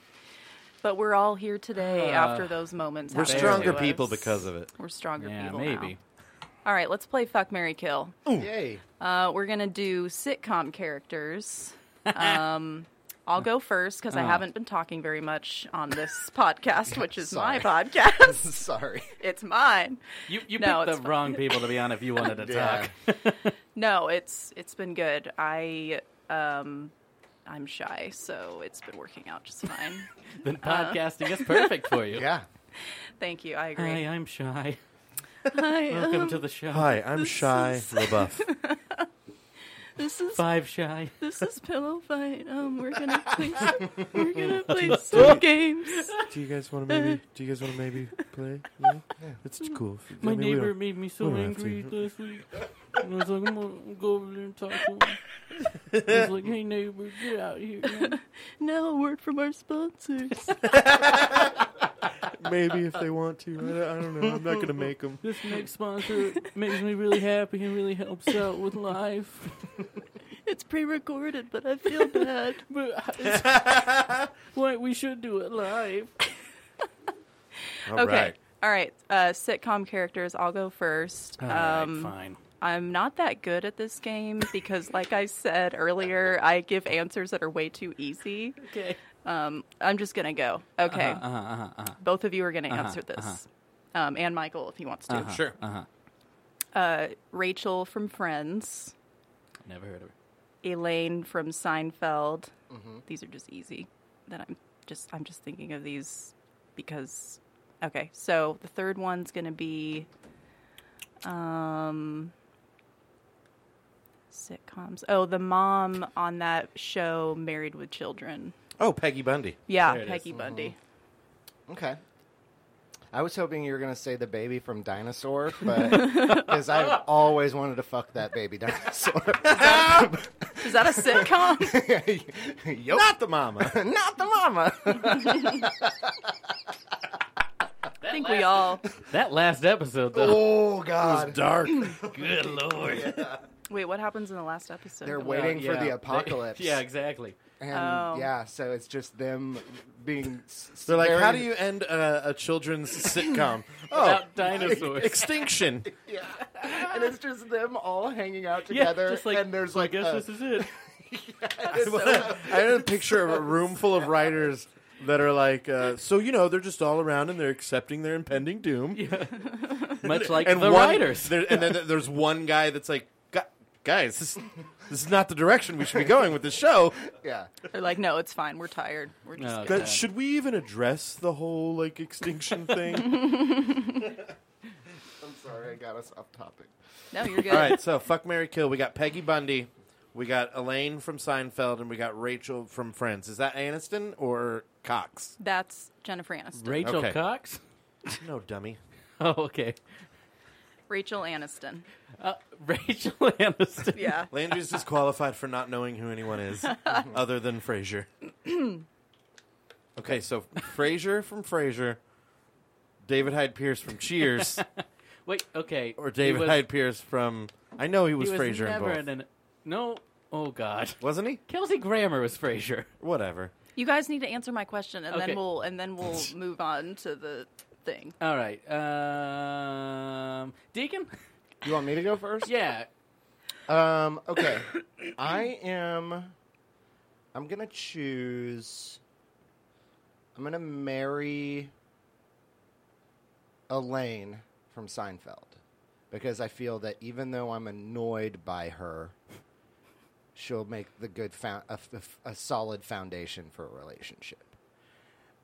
but we're all here today
Uh,
after those moments.
We're
happened
stronger
to us.
people because of it.
We're stronger
yeah,
people.
maybe.
now. All right, let's play Fuck Mary Kill.
Yay.
Uh, we're gonna do sitcom characters. Um, I'll go first because I
Uh-huh.
haven't been talking very much on this podcast, which is my podcast.
Sorry.
it's mine.
You you
No,
picked
it's
the
fine.
wrong people to be on if you wanted to
Yeah.
talk.
No, it's it's been good. I um, I'm shy, so it's been working out just fine.
Then podcasting is perfect for you.
Yeah.
Thank you. I
Hi,
agree.
I'm shy.
Um, Hi,
uh, Welcome to the show.
Hi, I'm Shy LaBeouf.
this is
Five shy.
this is Pillow Fight. Um, we're gonna play some, we're gonna play some games.
Do you guys want to maybe? Do you guys want to maybe play? No? It's cool. I
My
mean, we
neighbor
don't-
made me so
we don't have
angry
to.
last week. I was like, I'm gonna go over there and talk to him. I was like, hey neighbor, get out here. man."
Now a word from our sponsors.
Maybe if they want to. I don't, I don't know. I'm not going to make them.
This next sponsor makes me really happy and really helps out with life.
It's pre-recorded, but I feel bad.
But it's like we should do it live.
All
okay.
right.
All right, uh, sitcom characters. I'll go first. um,
fine.
I'm not that good at this game because, like I said earlier, I give answers that are way too easy.
Okay.
Um, I'm just gonna go. Okay,
Uh-huh, uh-huh, uh-huh. Uh-huh,
both of you are gonna answer this, um, and Michael if he wants to.
Sure.
Uh, Rachel from Friends,
Never heard of her.
Elaine from Seinfeld.
Mm-hmm.
These are just easy. That I'm just I'm just thinking of these because okay. So the third one's gonna be um sitcoms. Oh, the mom on that show Married with Children.
Oh, Peggy Bundy.
Yeah,
There it is. Mm-hmm.
Peggy Bundy.
Okay. I was hoping you were going to say the baby from Dinosaur, but because I've always wanted to fuck that baby dinosaur.
Is that a sitcom?
Yup.
Not the mama.
Not the mama.
I think we all.
That last episode, though.
Oh God.
Dark.
Good lord.
Wait, what happens in the last episode?
They're waiting for the apocalypse.
yeah, exactly.
And
Oh.
yeah, so it's just them being. s-
They're like,
very-
how do you end a, a children's sitcom? oh,
About dinosaurs.
extinction.
Yeah. And it's just them all hanging out
Yeah,
together.
just like,
and there's
so
like
I guess
a-
this is it.
I had a picture of a room full of writers that are like, uh, so you know, they're just all around and they're accepting their impending doom.
Much like
and
the
one,
writers.
there- and then there's one guy that's like, "Gu- guys, this, this is not the direction we should be going with this show.
Yeah.
They're like, no, it's fine. We're tired. We're just.
Oh,
That,
God.
should we even address the whole like extinction thing?
I'm sorry, I got us off topic.
No, you're good.
All right, so fuck Mary Kill. We got Peggy Bundy, we got Elaine from Seinfeld, and we got Rachel from Friends. Is that Aniston or Cox?
That's Jennifer Aniston.
Rachel
Okay.
Cox.
No, dummy.
Oh, okay.
Rachel Aniston.
Uh, Rachel Aniston.
Yeah.
Landry's disqualified for not knowing who anyone is other than Frasier. okay, so Frasier from Frasier, David Hyde Pierce from Cheers,
Wait. Okay.
or David
he was,
Hyde Pierce from. I know he
He
was,
was
Frasier in
never
both.
in an. No. Oh God.
Wasn't he?
Kelsey Grammer was Frasier.
Whatever.
You guys need to answer my question, and
Okay.
then we'll and then we'll move on to the thing.
All right. Um, Deacon.
You want me to go first?
Yeah.
Um, okay. I am. I'm gonna choose. I'm gonna marry Elaine from Seinfeld because I feel that even though I'm annoyed by her, she'll make the good fou- a, a- a solid foundation for a relationship.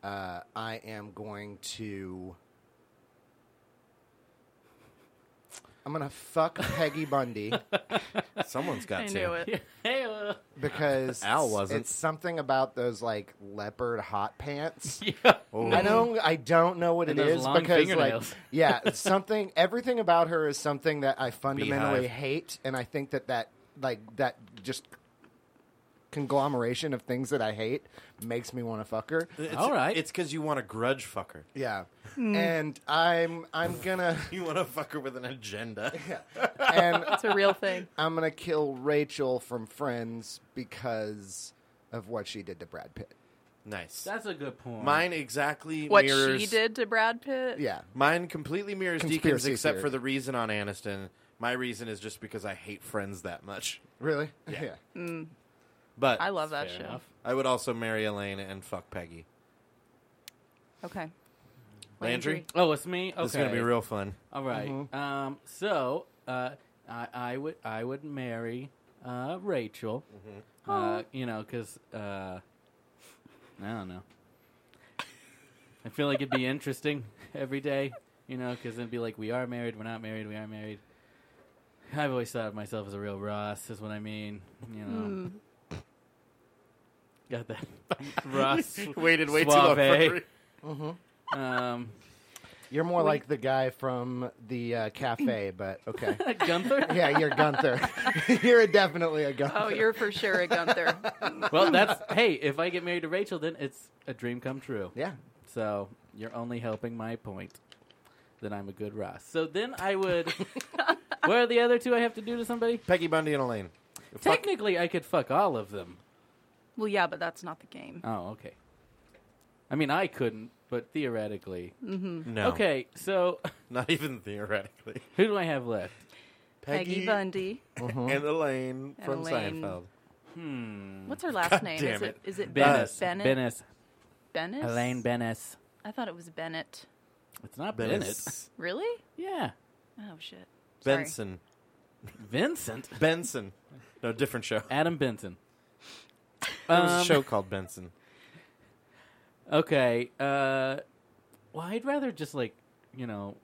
Uh, I am going to. I'm gonna fuck Peggy Bundy.
Someone's got
I
to.
knew it.
Hey. uh,
because
Al wasn't.
It's something about those like leopard hot pants.
yeah.
Oh.
I don't. I don't know what
And
it
those
is
long
because like
fingernails.
yeah, something. Everything about her is something that I fundamentally
Beehive.
hate, and I think that that like that just conglomeration of things that I hate makes me want to fuck her.
It's-
All right.
It's because you want a grudge fucker.
Yeah,
mm.
and I'm I'm gonna
You want a fucker with an agenda.
and
It's a real thing.
I'm gonna kill Rachel from Friends because of what she did to Brad Pitt.
Nice.
That's a good point.
Mine exactly
What
mirrors.
she did to Brad Pitt.
Yeah,
Mine completely mirrors Deacon's
Conspiracy
except
theory.
for the reason on Aniston. My reason is just because I hate Friends that much.
really.
Yeah.
yeah.
But
I
I,
love that
Fair
show.
enough.
would also marry Elaine and fuck Peggy.
Okay.
Landry?
Oh, it's me. Okay.
This is gonna be real fun.
All right. Um, so uh, I, I would I would marry uh, Rachel. Uh, you know, because uh, I don't know. I feel like it'd be interesting every day. You know, because it'd be like we are married, we're not married, we are married. I've always thought of myself as a real Ross. Is what I mean. You know. Got that Ross
Waited
way too long for Uh, Suave. um,
You're more like the guy from the uh, cafe, but okay.
Gunther.
yeah, you're Gunther. you're definitely a Gunther.
Oh, you're for sure a Gunther.
Well, that's hey. If I get married to Rachel, then it's a dream come true.
yeah.
So you're only helping my point that I'm a good Ross. So then I would. what are the other two I have to do to somebody?
Peggy Bundy and Elaine. Fuck-
Technically, I could fuck all of them.
well, yeah, but that's not the game.
Oh, okay. I mean, I couldn't, but theoretically.
no.
Okay, so
Not even theoretically.
who do I have left?
Peggy, Bundy.
Uh-huh.
and Elaine
And
from
Elaine.
Seinfeld.
What's her last
God
name?
damn
is it
it.
is it
Bennis.
Bennett?
Bennis.
Bennett?
Elaine Bennis.
I thought it was Bennett.
It's not Bennett.
Bennis.
Really?
Yeah.
Oh shit. Sorry.
Benson.
Vincent.
Benson. No, different show.
Adam Benson.
There was a
Um,
show called Benson.
Okay. Uh, well, I'd rather just like you know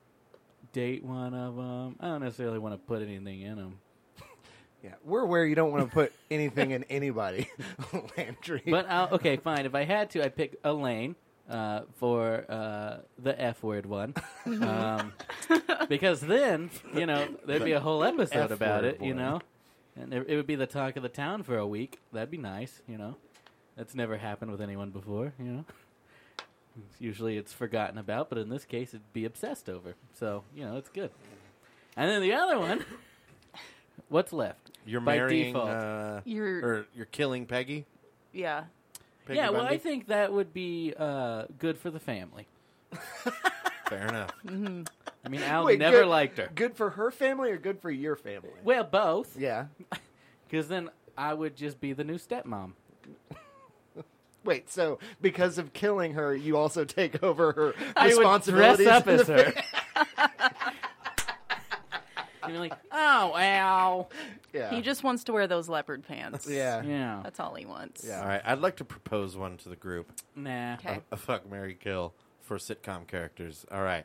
date one of them. I don't necessarily want to put anything in them.
Yeah. We're where you don't want to put anything in anybody, Landry.
But I'll, okay, fine. If I had to, I'd pick Elaine uh, for uh, the F word one, um, because then you know there'd be a whole episode
F
about
word
it. You
one.
know, and it, it would be the talk of the town for a week. That'd be nice. You know, that's never happened with anyone before. You know. It's usually it's forgotten about, but in this case, it'd be obsessed over. So you know, it's good. And then the other one, what's left?
You're
by
marrying
default.
uh,
You're
or you're killing Peggy.
yeah.
Peggy
yeah, well, I
Bundy?
think that would be uh, good for the family.
fair enough.
I mean, Al
Wait,
never
good-
liked her.
Good for her family or good for your family?
Well, both,
Yeah.
because then I would just be the new stepmom.
Wait, so because of killing her, you also take over her
I would
responsibilities.
dress up
in
as
the
her.
fa-
And you're like, oh, wow.
Yeah.
He just wants to wear those leopard pants.
yeah.
Yeah.
That's all he wants.
Yeah.
All right, I'd like to propose one to the group.
Nah.
Okay.
A fuck Mary Kill for sitcom characters. All right.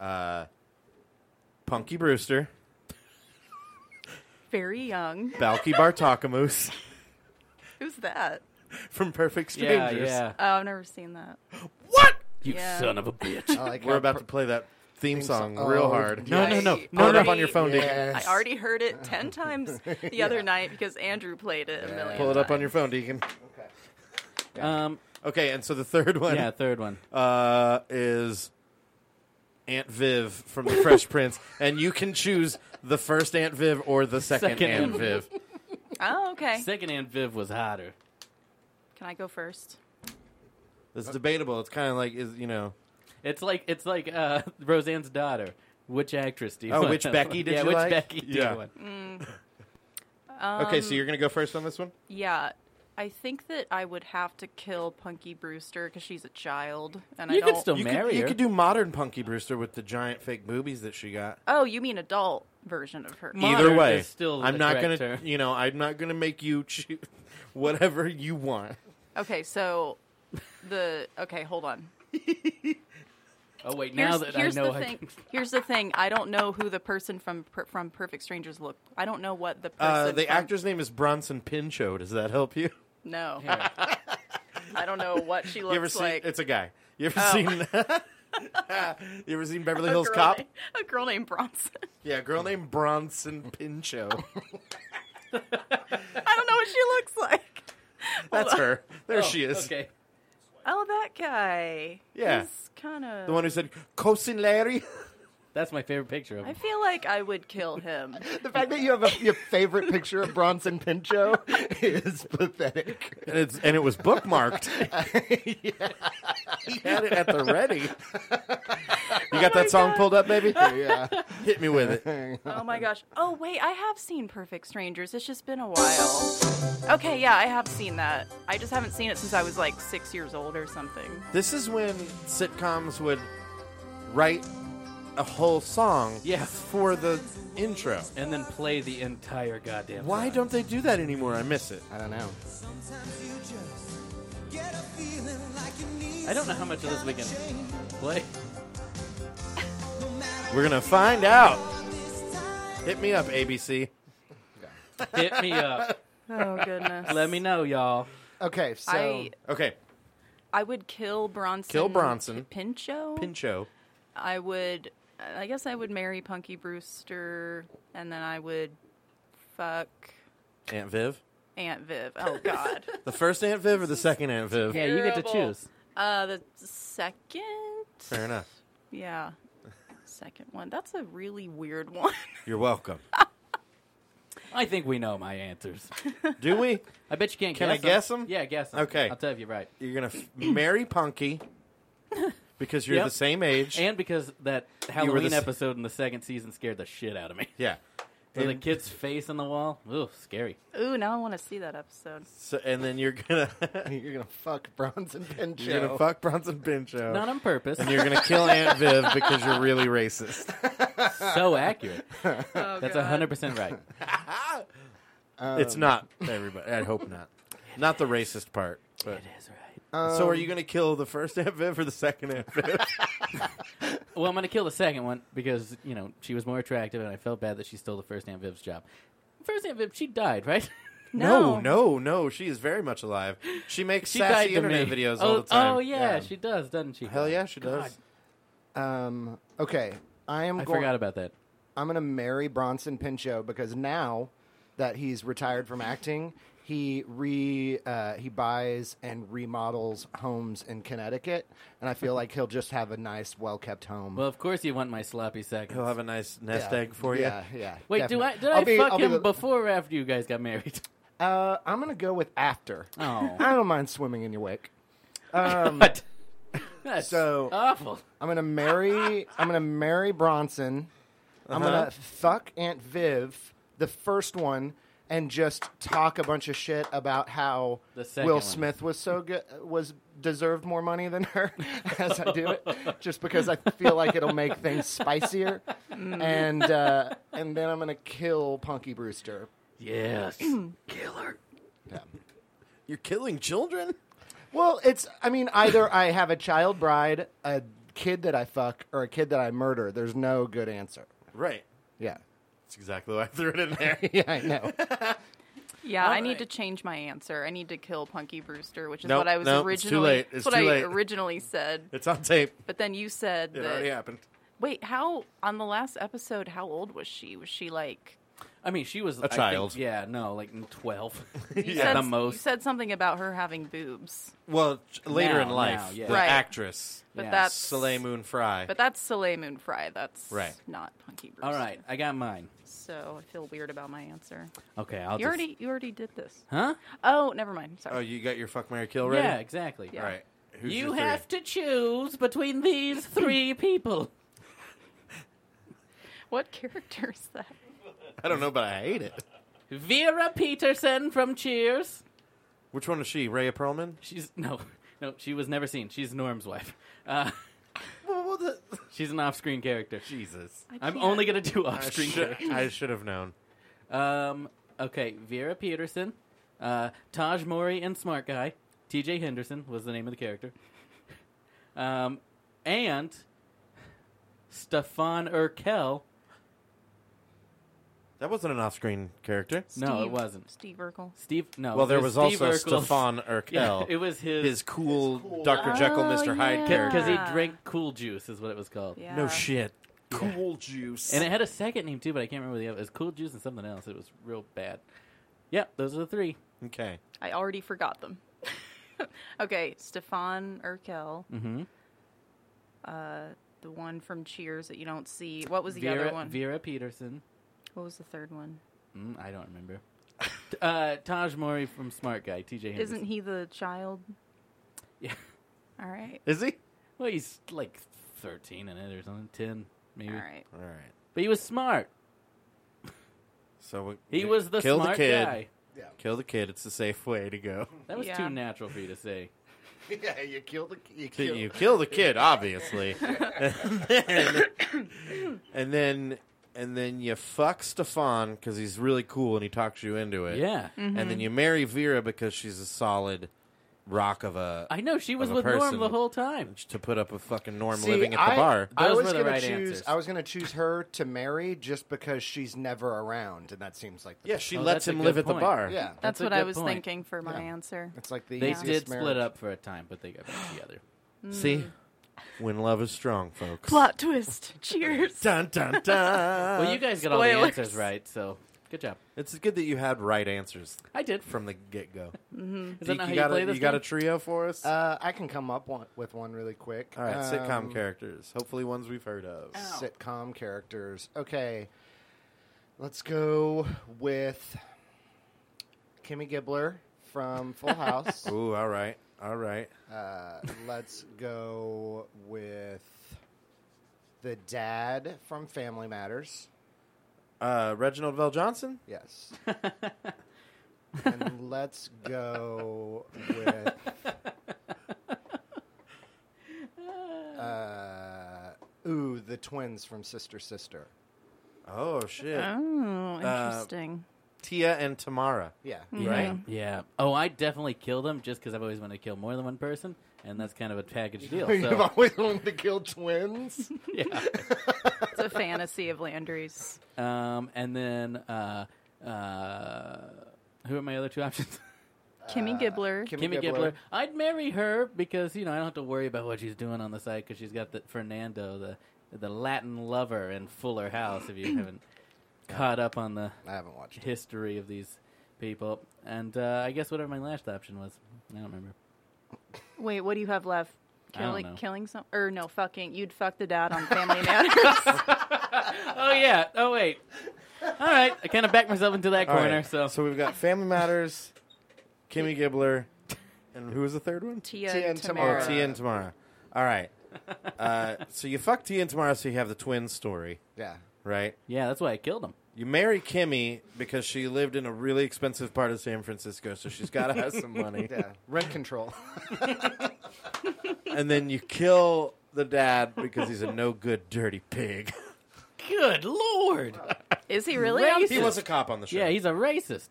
Uh Punky Brewster,
Very young.
Balky Bartakamoose
Who's that?
from Perfect
Yeah,
Strangers.
yeah.
Oh, I've never seen that.
What?
You
Yeah.
son of a bitch.
I like
We're
how
about
per-
to play that theme song
song. Oh,
real hard.
No, no, no.
I
No, no,
already-
up on your phone, Deacon.
I
Yes.
already heard it 10 times the other night because Andrew played it a million
Pull it up on your
times.
phone, Deacon.
Um,
Okay, and so the third one
yeah, third one.
uh, is Aunt Viv from The Fresh Prince, and you can choose the first Aunt Viv or the second,
Second
Aunt
Aunt
Viv.
Oh, okay.
Second Aunt Viv was hotter.
Can I go first?
It's debatable. It's kind of like is you know.
It's like it's like uh, Roseanne's daughter. Which actress do you
Oh,
want?
which Becky did
yeah,
you
which
like?
Becky do
Yeah.
you want?
Mm,
okay, so you're gonna go first on this one.
Yeah. I think that I would have to kill Punky Brewster because she's a child, and
You
I
could
don't.
still-
You
marry
could, you
her.
could do modern Punky Brewster with the giant fake boobies that she got.
oh, you mean adult version of her?
Mo-
Either
Modern
way,
is still the
I'm not gonna.
correct term.
You know, I'm not gonna make you choose whatever you want.
Okay, so the okay, hold on.
Oh wait,
Here's,
now that
here's
I know
the
I
thing.
can...
Here's the thing. I don't know who the person from Per- from Perfect Strangers looked. I don't know what the person.
Uh, the
from-
actor's name is Bronson Pinchot. Does that help you?
No,
Here.
I don't know what she looks
you ever seen?
like.
It's a guy. You ever
Oh.
seen? you ever seen Beverly
a
Hills
girl
Cop?
named- a girl named Bronson.
Yeah, a girl named Bronson Pinchot.
I don't know what she looks like.
That's
on.
her. There
Oh,
she is.
Okay.
Oh, that guy.
Yeah.
he's kind
The
of.
one who said "Cosin Larry."
That's my favorite picture of
I
him.
feel like I would kill him.
The fact that you have a, your favorite picture of Bronson Pinchot is pathetic.
and, it's, and it was bookmarked. He had it at the ready. You got that song pulled up, baby?
yeah.
Hit me with it.
Oh my gosh. Oh wait, I have seen Perfect Strangers. It's just been a while. Okay, yeah, I have seen that. I just haven't seen it since I was like six years old or something.
This is when sitcoms would write a whole song
Yeah.
for the intro.
And then play the entire goddamn.
Why
song.
don't they do that anymore? I miss it.
I don't know.
Sometimes you just get a feeling like you need
I don't know how much of this we can play?
We're going to find out. Hit me up, ABC.
Hit me up.
Oh goodness.
Let me know, y'all.
Okay, so
I
Okay,
I would kill Bronson.
Kill Bronson.
P- Pinchot.
Pincho.
I would. I guess I would marry Punky Brewster, and then I would fuck
Aunt Viv.
Aunt Viv. Oh God.
The first Aunt Viv or the second Aunt Viv?
Yeah, you get to
Terrible.
choose.
uh, the second.
Fair enough.
Yeah. Second one. That's a really weird one.
You're welcome.
I think we know my answers.
Do we?
I bet you can't
Can I
guess.
guess 'em?
Yeah, guess 'em.
Okay.
I'll tell you right.
You're gonna f- marry Punky because you're
Yep.
the same age.
And because that
were
Halloween
the s-
episode in the second season scared the shit out of me.
yeah,
So the
And-
kid's face on the wall. Ooh, scary.
Ooh, now I want to see that episode.
so, and then you're gonna
you're gonna fuck Bronson Pinchot.
you're gonna fuck Bronson Pinchot,
Not on purpose.
Oh. and you're gonna kill Aunt Viv because you're really racist.
so accurate.
Oh,
That's hundred percent right.
Um,
it's not everybody. I hope not. Not the racist part. But.
is right.
Um,
so are you gonna kill the first Aunt Viv or the second Aunt Viv?
Well, I'm gonna kill the second one because you know she was more attractive, and I felt bad that she stole the first Aunt Viv's job. First Aunt Viv, she died, right?
No.
no, no, no. She is very much alive. She makes
She died
sassy
to
internet
me.
videos
oh,
all the time.
Oh yeah,
Yeah.
she does, doesn't she?
Hell yeah, she does.
Um, okay, I am.
I
going,
forgot about that.
I'm gonna marry Bronson Pinchot because now that he's retired from acting, he re uh, he buys and remodels homes in Connecticut, and I feel like he'll just have a nice, well kept home.
Well, of course you want my sloppy seconds.
He'll have a nice nest
Yeah,
egg for you.
Yeah, yeah.
Wait,
definitely.
do I did
I'll
I
be-
fuck
I'll be
him
the-
before or after you guys got married?
Uh, I'm gonna go with after.
Oh,
I don't mind swimming in your wake.
God. Um, that's
so-
awful.
I'm gonna marry. I'm gonna
Uh-huh.
marry Bronson. I'm gonna fuck Aunt Viv, the first one, and just talk a bunch of shit about how
The second
Will
one.
Smith was so good, was deserved more money than her as I do it, just because I feel like it'll make things spicier,
Mm.
and uh, and then I'm gonna kill Punky Brewster.
Yes.
Killer. You're killing children?
Well, it's I mean either I have a child bride, a kid that I fuck, or a kid that I murder. There's no good answer.
Right.
Yeah,
That's exactly why I threw it in there.
yeah, I know.
Yeah, I need
right.
to change my answer. I need to kill Punky Brewster, which is
Nope,
what I was
nope, it's too
originally.
late,
that's
it's
what
too
I
late.
originally said.
it's on tape.
But then you said
It
that.
already happened.
Wait, how on the last episode? How old was she? Was she like?
I mean, she was a
child.
yeah, no, like in twelve.
You
yeah,
said,
the
s- You
most.
said something about her having boobs,
Well, j- later
Now,
in life,
now, yeah.
the
Right.
actress
but
Yeah,
that's
Soleil Moon Frye.
But that's Soleil Moon Frye. That's
Right.
Not Punky Brewster.
All right, I got mine.
So I feel weird about my answer.
Okay, I'll
you
just.
already you already did this.
Huh?
Oh, never mind. Sorry.
oh, you got your fuck Mary Kill ready?
Yeah, exactly.
Yeah.
All right. Who's
you
your three?
have to choose between these three people.
What character is that?
I don't know, but I hate it.
Vera Peterson from Cheers.
Which one is she? Rhea Perlman?
She's no, no. She was never seen. She's Norm's wife. Uh,
Well, the...
she's an off-screen character.
Jesus.
I'm
can't.
only gonna do
I
off-screen
should,
characters.
I should have known.
Um, okay, Vera Peterson, uh, Taj Mori and Smart Guy, T.J. Henderson was the name of the character, um, and Stefan Urkel.
That wasn't an off-screen character.
No, it
Steve-
wasn't.
Steve Urkel.
Steve. No.
Well, there
it
was
Steve
also
Urkel's-
Stefan Urkel.
Yeah, it was his.
his cool, Dr. Jekyll,
Oh,
Mr. Hyde
yeah.
character.
because he drank cool juice is what it was called,
Yeah.
No shit. Cool juice.
and it had a second name too, but I can't remember the other. It was cool juice and something else. It was real bad. Yep, those are the three.
okay.
I already forgot them. okay, Stefan Urkel.
Mm.
Mm-hmm. Uh, the one from Cheers that you don't see. What was the
Vera,
other one?
Vera Peterson.
what was the third one?
Mm, I don't remember. T- uh, Taj Mori from Smart Guy, T.J. Henderson.
Isn't he the child?
Yeah.
All right.
Is he?
Well, he's like 13 in it or something, 10 maybe.
All right.
All right.
But he was smart.
So we,
He was the
kill
smart
the kid.
guy.
Kill the kid. It's a safe way to go.
That was
Yeah.
too natural for you to say.
yeah, you killed the you
Kill.
killed.
You kill the kid, obviously, and, then, and then and then you fuck Stefan because he's really cool and he talks you into it.
Yeah.
Mm.
And then you marry Vera because she's a solid rock of a
I know she was
Of a
with Norm
person.
the whole time.
to put up a fucking norm
See,
living at the
I,
bar.
I
Those
was
were the
gonna
right
choose.
answers.
I was gonna choose her to marry just because she's never around, and that seems like the
Yeah, she
Oh,
lets
that's a
him
good
live at the
point.
bar.
yeah.
That's,
a
what I
good
was
point.
thinking for my answer.
It's like the
They
easiest
did
marriage.
split up for a time, but they got back together.
See, when love is strong, folks.
Plot twist. Cheers.
Dun dun dun.
Well, you guys got all the
spoilers.
answers right, so good job.
It's good that you had right answers
I did.
from the get go.
Mm-hmm. Is that not how
you,
you
got
play
a,
this
you got a
game?
trio for us?
Uh, I can come up one, with one really quick.
All right,
Um,
sitcom characters. Hopefully, ones we've heard of.
Oh. Sitcom characters. Okay, let's go with Kimmy Gibbler from Full House.
Ooh, all right, all right.
Uh, let's go with the dad from Family Matters.
Uh, Reginald Vell Johnson.
Yes. and let's go with. Uh, ooh, the twins from Sister Sister.
Oh shit,
Uh,
Oh, interesting.
Tia and Tamara.
Yeah.
Hmm. Mm-hmm.
Right.
Yeah. Oh, I definitely killed them just because I've always wanted to kill more than one person, and that's kind of a package deal.
You've
So,
always wanted to kill twins.
yeah.
it's a fantasy of Landry's.
Um, and then uh, uh, who are my other two options? Uh,
Uh,
Kimmy Gibbler.
Kimmy Gibbler. I'd marry her because you know I don't have to worry about what she's doing on the side because she's got the Fernando, the the Latin lover in Fuller House. If you haven't caught up on the
I haven't watched it.
history of these people, and uh, I guess whatever my last option was, I don't remember.
Wait, what do you have left?
I don't
Killing,
know.
killing some, or no, fucking. You'd fuck the dad on Family Matters.
Oh yeah. Oh wait. All right. I kind of backed myself into that
All
corner.
right,
So,
so we've got Family Matters, Kimmy Gibbler, and who was the third one?
Tia,
Tia and
and
Tamara.
Tamara.
Oh, Tia and Tamara. All right. Uh, so you fuck Tia and Tamara, so you have the twin story,
Yeah.
right?
yeah, that's why I killed him.
You marry Kimmy because she lived in a really expensive part of San Francisco, so she's got to have some money.
Yeah, rent control.
And then you kill the dad because he's a no good, dirty pig.
Good lord.
Is he really?
Racist.
on-
He was a cop on the show.
Yeah, he's a racist.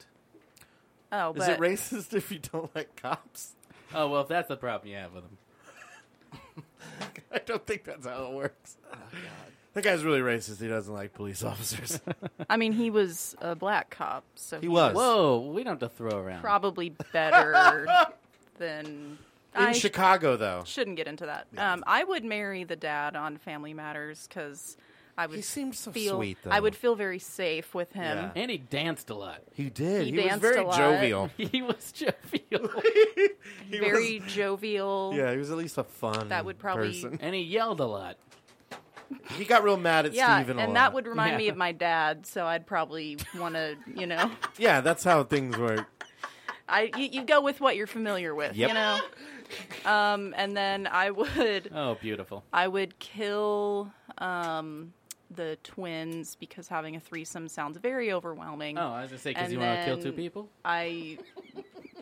Oh,
Is
but
it racist if you don't like cops?
Oh well, if that's the problem you have with him.
I don't think that's how it works.
Oh,
That guy's really racist. He doesn't like police officers.
I mean, he was a black cop, so
He was.
Whoa, we don't have to throw around.
probably better than
In
I
Chicago, though,
shouldn't get into that. Um, I would marry the dad on Family Matters because I would
He seems so
feel
sweet, though.
I would feel very safe with him.
Yeah.
and he danced a lot.
he did.
He
He, was
danced
very
a lot.
jovial.
He was jovial,
He
very
was-
jovial.
yeah, he was at least a fun.
That would probably-
person.
and he yelled a lot.
He got real mad at
Yeah,
Steven a
and
lot.
that would remind
Yeah.
me of my dad, so I'd probably want to, you know,
Yeah, that's how things work.
I you, you go with what you're familiar with,
Yep.
you know. Um, and then I would
Oh, beautiful.
I would kill um, the twins because having a threesome sounds very overwhelming.
Oh, I was gonna say because
And
you want to kill
then-
two people.
I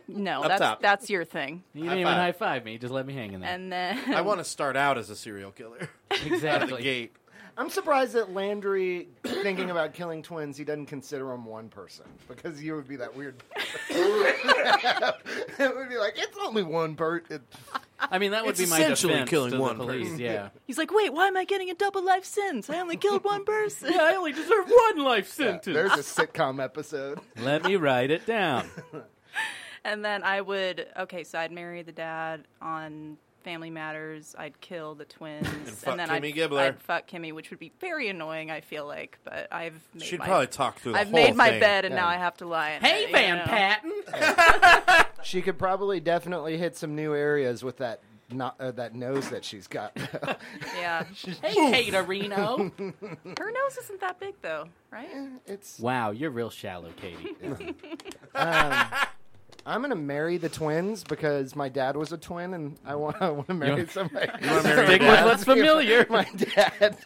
no,
Up
that's
top.
that's your thing.
You didn't even
five.
high five me. You just let me hang in there.
And then
I want to start out as a serial killer. Out of the
exactly.
gate.
I'm surprised that Landry, thinking about killing twins, he doesn't consider them one person because you would be that weird. it would be like it's only one person.
I mean, that would
It's
be my
essentially
defense
killing
to
one
the police.
person.
Yeah.
he's like, "Wait, why am I getting a double life sentence? I only killed one person."
I only deserve one life
There's a sitcom episode.
Let me write it down.
and then I would okay, so I'd marry the dad on Family Matters. I'd kill the twins, and,
fuck
then
Kimmy
I'd,
Gibbler.
I'd fuck Kimmy, which would be very annoying. I feel like, but I've made
She'd
my,
probably talk through the
I've
whole
made my
thing.
bed, and
Yeah.
now I have to lie. In
hey,
it, you
Van
know?
Patten.
She could probably definitely hit some new areas with that not, uh, that nose that she's got.
Yeah,
Hey, Caterino.
her nose isn't that big though, right?
it's
wow, you're real shallow, Katie.
Um, I'm gonna marry the twins because my dad was a twin, and I want I want to marry somebody.
marry
Stick
your
with
dad?
what's familiar.
my dad.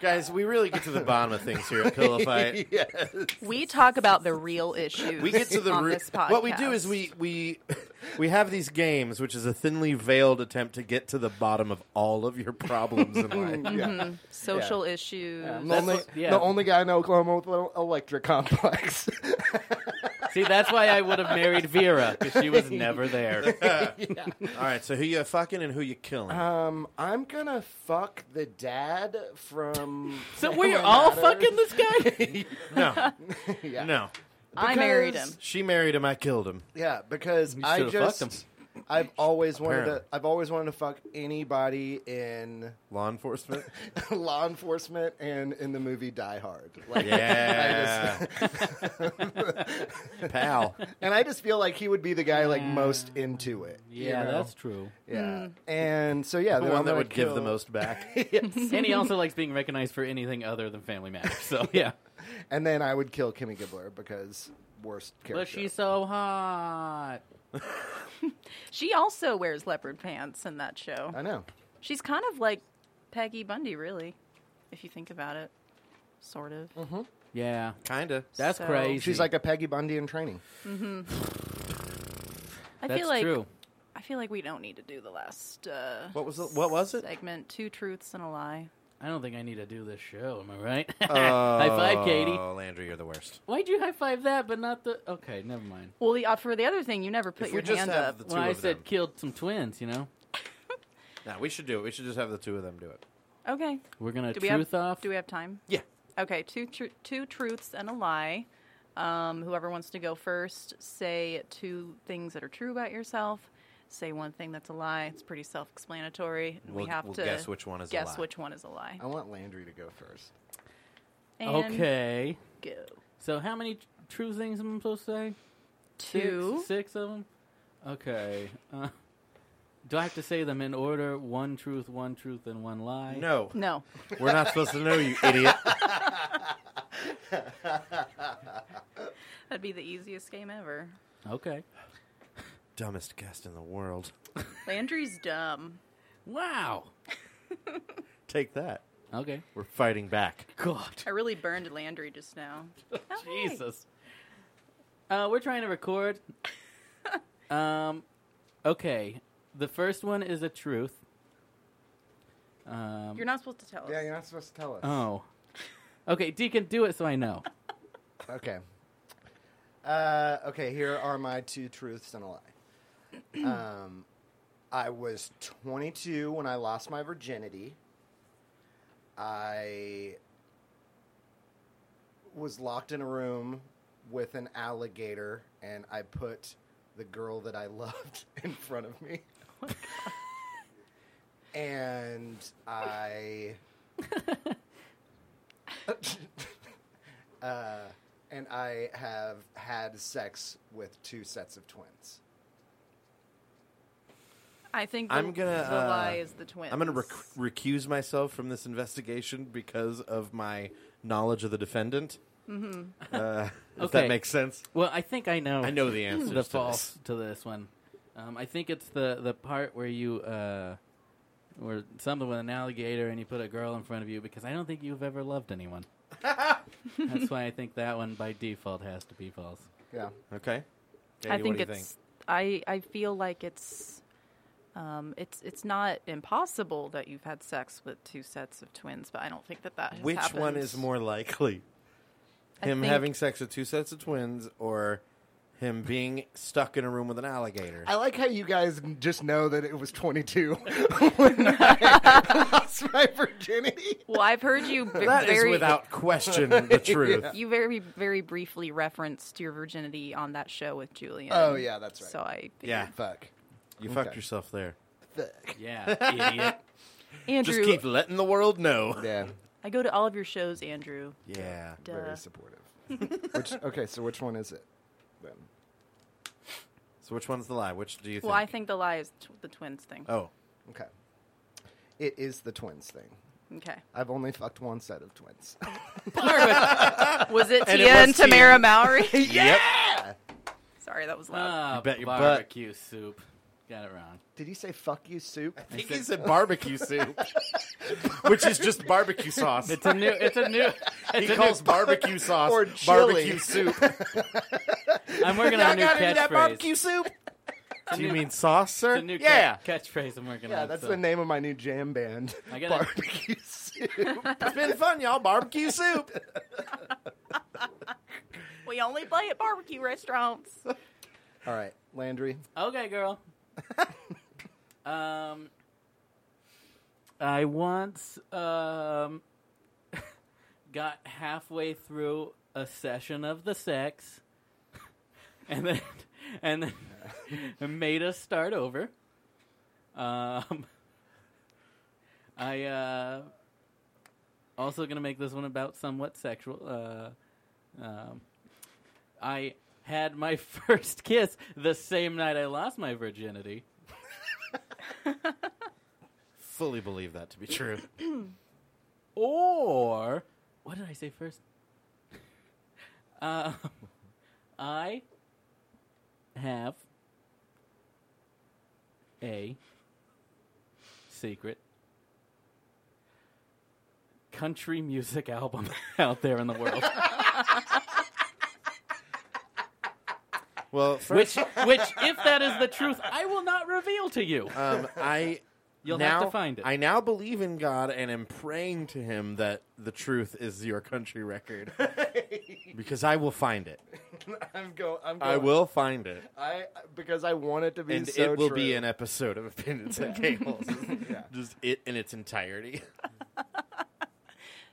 Guys, we really get to the bottom of things here at Pillow Fight.
We talk about the real issues.
We get to the
on
root.
this podcast.
What we do is we we we have these games, which is a thinly veiled attempt to get to the bottom of all of your problems in life.
Mm-hmm.
Yeah.
social issues.
I'm the only,
what- yeah.
the only guy in Oklahoma with an electric complex.
See, that's why I would have married Vera because she was never there.
all right, so who you fucking and who you killing?
Uh.
um, I'm gonna fuck the dad from.
So
Family
we're all
Matters.
fucking this guy.
no,
Yeah.
no.
I married him.
Because-
She married him. I killed him.
Yeah, because I
should've fucked
just I've always wanted to
Apparently.
I've always wanted to fuck anybody in
Law enforcement.
law enforcement and in the movie Die Hard. Like,
Yeah, pal.
and I just feel like he would be the guy like most into it. you
Yeah,
know?
that's true. Hmm.
yeah. And so yeah,
The
then
one
I'm
that
gonna
would give the
kill-
most back.
And he also likes being recognized for anything other than Family Matters. So yeah,
And then I would kill Kimmy Gibbler because worst character.
but she's so hot.
She also wears leopard pants in that show.
I know.
She's kind of like Peggy Bundy, really, if you think about it. Sort of.
Mm-hmm.
Yeah,
Kinda.
that's
So-
crazy.
She's like a Peggy Bundy in training.
I
that's
feel like
true.
I feel like we don't need to do the last uh,
What was the, what was it?
segment: two truths and a lie.
I don't think I need to do this show. Am I right?
Uh,
high five, Katie.
Oh, Landry, you're the worst.
Why'd you high five that, but not the? Okay, never mind.
Well, the, uh, for the other thing, you never put
If we
your
just
hand
have
up.
the- two
When I
of
said
them.
killed some twins, you know,
Nah, we should do it. We should just have the two of them do it.
Okay.
we're gonna
Do we
truth
have
off.
Do we have time?
Yeah.
Okay, two tr- two truths and a lie. Um, whoever wants to go first, say two things that are true about yourself. Say one thing that's a lie. It's pretty self-explanatory. and
We'll-
we have
we'll
to
guess which one is a
guess
lie.
which one is a lie.
I want Landry to go first.
And
okay.
Go.
So how many tr- true things am I supposed to say?
Two.
Six, six of them? Okay. Uh, do I have to say them in order? One truth, one truth, and one lie?
No,
No.
we're not supposed to know you, idiot.
That'd be the easiest game ever.
Okay.
Dumbest guest in the world.
Landry's dumb.
Wow.
Take that.
Okay.
We're fighting back.
God.
I really burned Landry just now.
Jesus. Uh, we're trying to record. um, okay. The first one is a truth. Um,
You're not supposed to tell us.
Yeah, you're not supposed to tell us.
oh. Okay, Deacon, do it so I know.
Okay. Uh, okay, here are my two truths and a lie. Um, I was 22 when I lost my virginity. I was locked in a room with an alligator, and I put the girl that I loved in front of me. and I. uh, and I have had sex with two sets of twins.
I think the,
I'm gonna,
the
uh,
lie is the twins.
I'm going to rec- recuse myself from this investigation because of my knowledge of the defendant. Mm-hmm. Uh, If
Okay.
that makes sense.
Well, I think I know.
I know the answers
the
to
false to this one. Um, I think it's the the part where you uh, where something with an alligator and you put a girl in front of you because I don't think you've ever loved anyone. That's why I think that one by default has to be false.
Yeah.
this. Okay.
I
Katie,
think
what do you
it's. I I feel like it's. Um, it's it's not impossible that you've had sex with two sets of twins, but I don't think that that has
Which one
happened.
is more likely?
I
Him
think-
having sex with two sets of twins or him being stuck in a room with an alligator?
I like how you guys just know that it was 22 when I lost my virginity.
Well, I've heard you b-
That is
very
without question the truth.
you very very briefly referenced your virginity on that show with Julian.
Oh, yeah, that's right.
So I
Yeah.
Fuck.
You
Okay.
fucked yourself there.
Fuck.
Yeah, idiot.
Andrew,
Just keep letting the world know.
Yeah,
I go to all of your shows, Andrew.
Yeah.
Duh.
very supportive. which, okay, so which one is it? Then?
So which one's the lie? Which do you think?
Well, I think the lie is t- the twins thing.
Oh.
Okay. It is the twins thing.
Okay.
I've only fucked one set of twins.
Was it
And it
Tia
was
and Tamara
Tia.
Mowry?
Yep.
Sorry, that was loud.
Ah,
You bet your butt.
barbecue soup. Got it wrong.
Did you say fuck you, soup?
I think he said barbecue soup, which is just barbecue sauce.
It's a new. It's a new.
he calls barbecue sauce
Or chili.
barbecue soup.
I'm working on a new catchphrase. It's
soup? Do you mean sauce, sir?
a new
yeah.
ca- catchphrase I'm working on.
Yeah, that's
so-
the name of my new jam band.
I gotta-
Barbecue soup.
it's been fun, y'all. Barbecue soup.
We only play at barbecue restaurants.
All right, Landry.
Okay, girl. um, I once um, got halfway through a session of the sex, and then and then made us start over. Um, I uh, also gonna make this one about somewhat sexual. Uh, um, I had my first kiss the same night I lost my virginity.
Fully believe that to be true.
Or what did I say first? Um, I have a secret country music album out there in the world,
Well,
which,
first,
which, if that is the truth, I will not reveal to you.
um, I
You'll
now,
have to find it.
I now believe in God and am praying to Him that the truth is your country record, because I will find it.
I'm going. I'm
I will find it.
I because I want it to be
and
so
it will be
true.
an episode of Opinions and Cables. Just it in its entirety.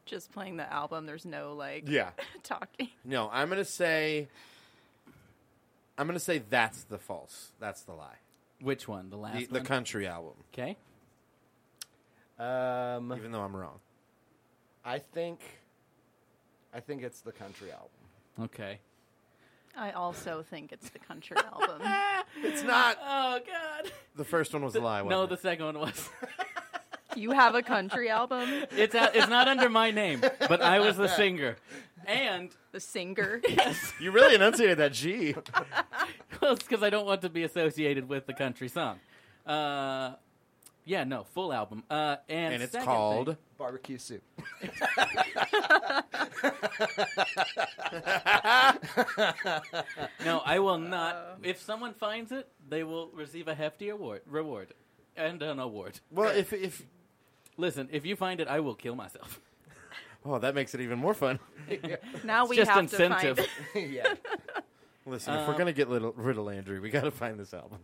Just playing the album. There's no like
Yeah.
talking.
No, I'm gonna say. I'm gonna say that's the false. That's the lie.
Which one? The last
The, the
one.
country album.
okay.
Um,
Even though I'm wrong.
I think, I think it's the country album.
Okay.
I also think it's the country album.
It's not.
Oh God.
The first one was a lie. Wasn't
No,
it?
the second one was.
You have a country album.
It's a, it's not under my name, but I was the singer, and
The singer.
you really enunciated that G.
because I don't want to be associated with the country song. Uh, Yeah, no, full album. Uh, and,
and it's
second
called
thing-
Barbecue soup.
No, I will not. if someone finds it, they will receive a hefty award, reward, and an award.
Well, if if
Listen, if you find it, I will kill myself.
oh, that makes it even more fun.
Now we
just
have
incentive.
to find.
yeah.
Listen,
Um,
if we're gonna get little, rid of Landry, we gotta find this album.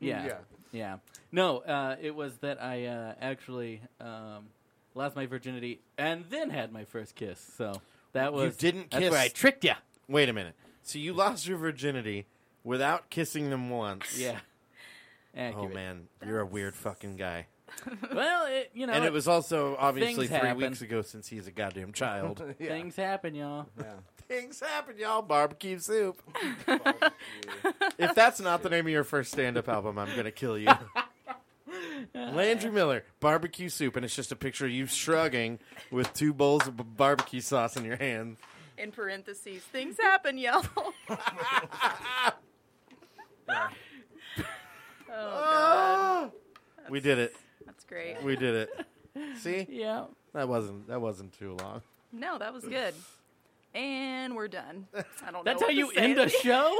yeah. yeah.
Yeah.
No, uh, it was that I uh, actually um, lost my virginity and then had my first kiss. So that was
didn't
that's
kiss-
where I tricked you.
Wait a minute. So you lost your virginity without kissing them once?
Yeah.
Oh
Accurate.
man, you're a weird fucking guy.
Well, it, you know,
And it was also obviously
Things
three
happen.
weeks ago since he's a goddamn child.
things happen, y'all.
Things happen, y'all. Barbecue soup. if that's not the name of your first stand-up album, I'm gonna kill you. Landry Miller, barbecue soup, and it's just a picture of you shrugging with two bowls of b- barbecue sauce in your hand.
In parentheses, things happen, y'all. oh, God.
Oh, we did it.
That's great.
We did it. See,
Yeah.
that wasn't that wasn't too long.
No, that was good. And we're done. I don't
That's
know.
how
what
you
to say.
end a show?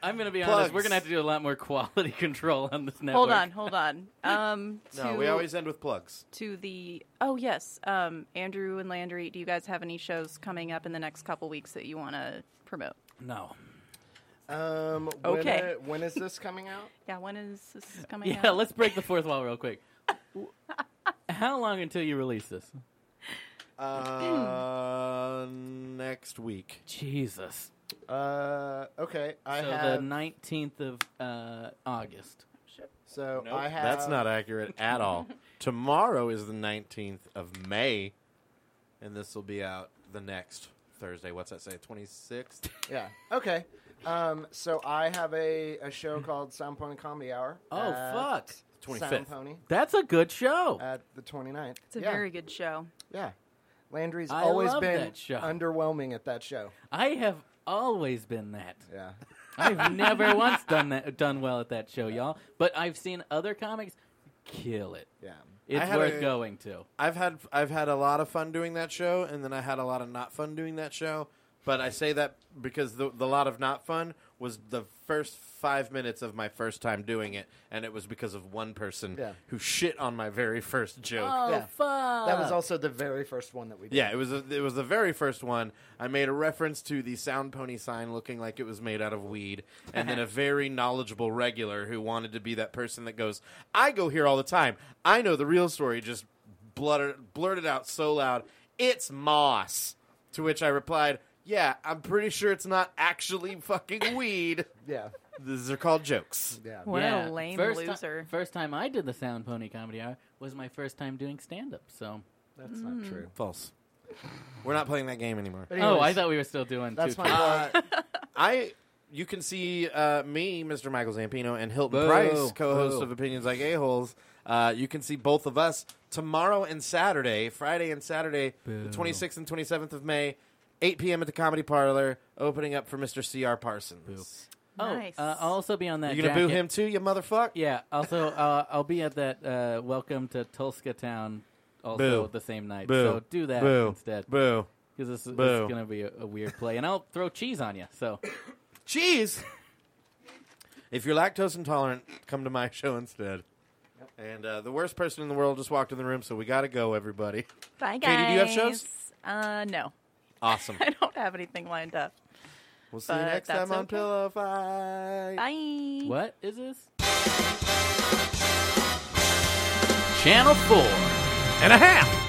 I'm going to be honest.
Plugs.
We're going to have to do a lot more quality control on this network.
Hold on, hold on. Um, to,
No, we always end with plugs.
to the oh yes, um, Andrew and Landry. Do you guys have any shows coming up in the next couple weeks that you want to promote?
No.
Um,
Okay.
When, uh, when is this coming out?
Yeah, when is this coming out?
Yeah, let's break the fourth wall real quick. W- How long until you release this?
Uh, next week.
Jesus.
Uh, okay. I
so
have.
the 19th of uh, August.
so
Nope,
I have.
That's not accurate at all. Tomorrow is the 19th of May, and this will be out the next Thursday. What's that say? 26th?
Yeah. Okay. Um, so I have a, a show called Sound Pony Comedy Hour.
Oh,
at
fuck.
Sound
25th.
Pony
That's a good show.
at the 29th.
It's a
yeah.
very good show.
Yeah. Landry's
I
always
love
been
that show.
underwhelming at that show.
I have always been that.
Yeah.
I've never once done that, done well at that show, y'all. But I've seen other comics kill it.
Yeah.
It's
had
worth
a-
going to.
I've had I've had a lot of fun doing that show, and then I had a lot of not fun doing that show. But I say that because the the lot of not fun was the first five minutes of my first time doing it, and it was because of one person
Yeah.
who shit on my very first joke.
Oh
Yeah.
fuck!
That was also the very first one that we did.
Yeah, it was a, it was the very first one. I made a reference to the sound pony sign looking like it was made out of weed, and then a very knowledgeable regular who wanted to be that person that goes, "I go here all the time. I know the real story." Just blurted blurted out so loud, "It's moss." To which I replied, "Yeah, I'm pretty sure it's not actually fucking weed.
Yeah.
These are called jokes."
Yeah.
What
Yeah.
a lame
first ti-
loser.
first time I did the Sound Pony Comedy Hour was my first time doing stand up. So.
That's not
Mm.
true.
False. We're not playing that game anymore.
But
Oh, I
anyways,
thought we were still doing.
that's
two
my
times.
plug.
I you can see uh, me, Mr. Michael Zampino, and Hilton
Boo.
Price, co-host
Boo.
of Opinions Like A Holes. Uh, you can see both of us tomorrow and Saturday, Friday and Saturday, the 26th and 27th of May, 8 p.m. at the Comedy Parlor, opening up for Mr. C.R. Parsons.
Oh,
Nice.
uh, I'll also be on that.
You gonna boo
jacket.
him too, you motherfucker?
Yeah. Also, uh, I'll be at that uh, Welcome to Tulsa Town also
Boo.
the same night.
Boo.
So do that
Boo.
instead
Boo.
because this, this is
Boo.
going to be a, a weird play, and I'll throw cheese on you. So
Cheese. if you're lactose intolerant, come to my show instead. And uh, the worst person in the world just walked in the room, so we got to go, everybody.
Bye, guys.
Katie, do you have shows?
Uh, no,
Awesome.
I don't have anything lined up.
We'll see you
But
next time
that's
on
okay.
Pillow Fight.
Bye.
what is this? Channel four and a half.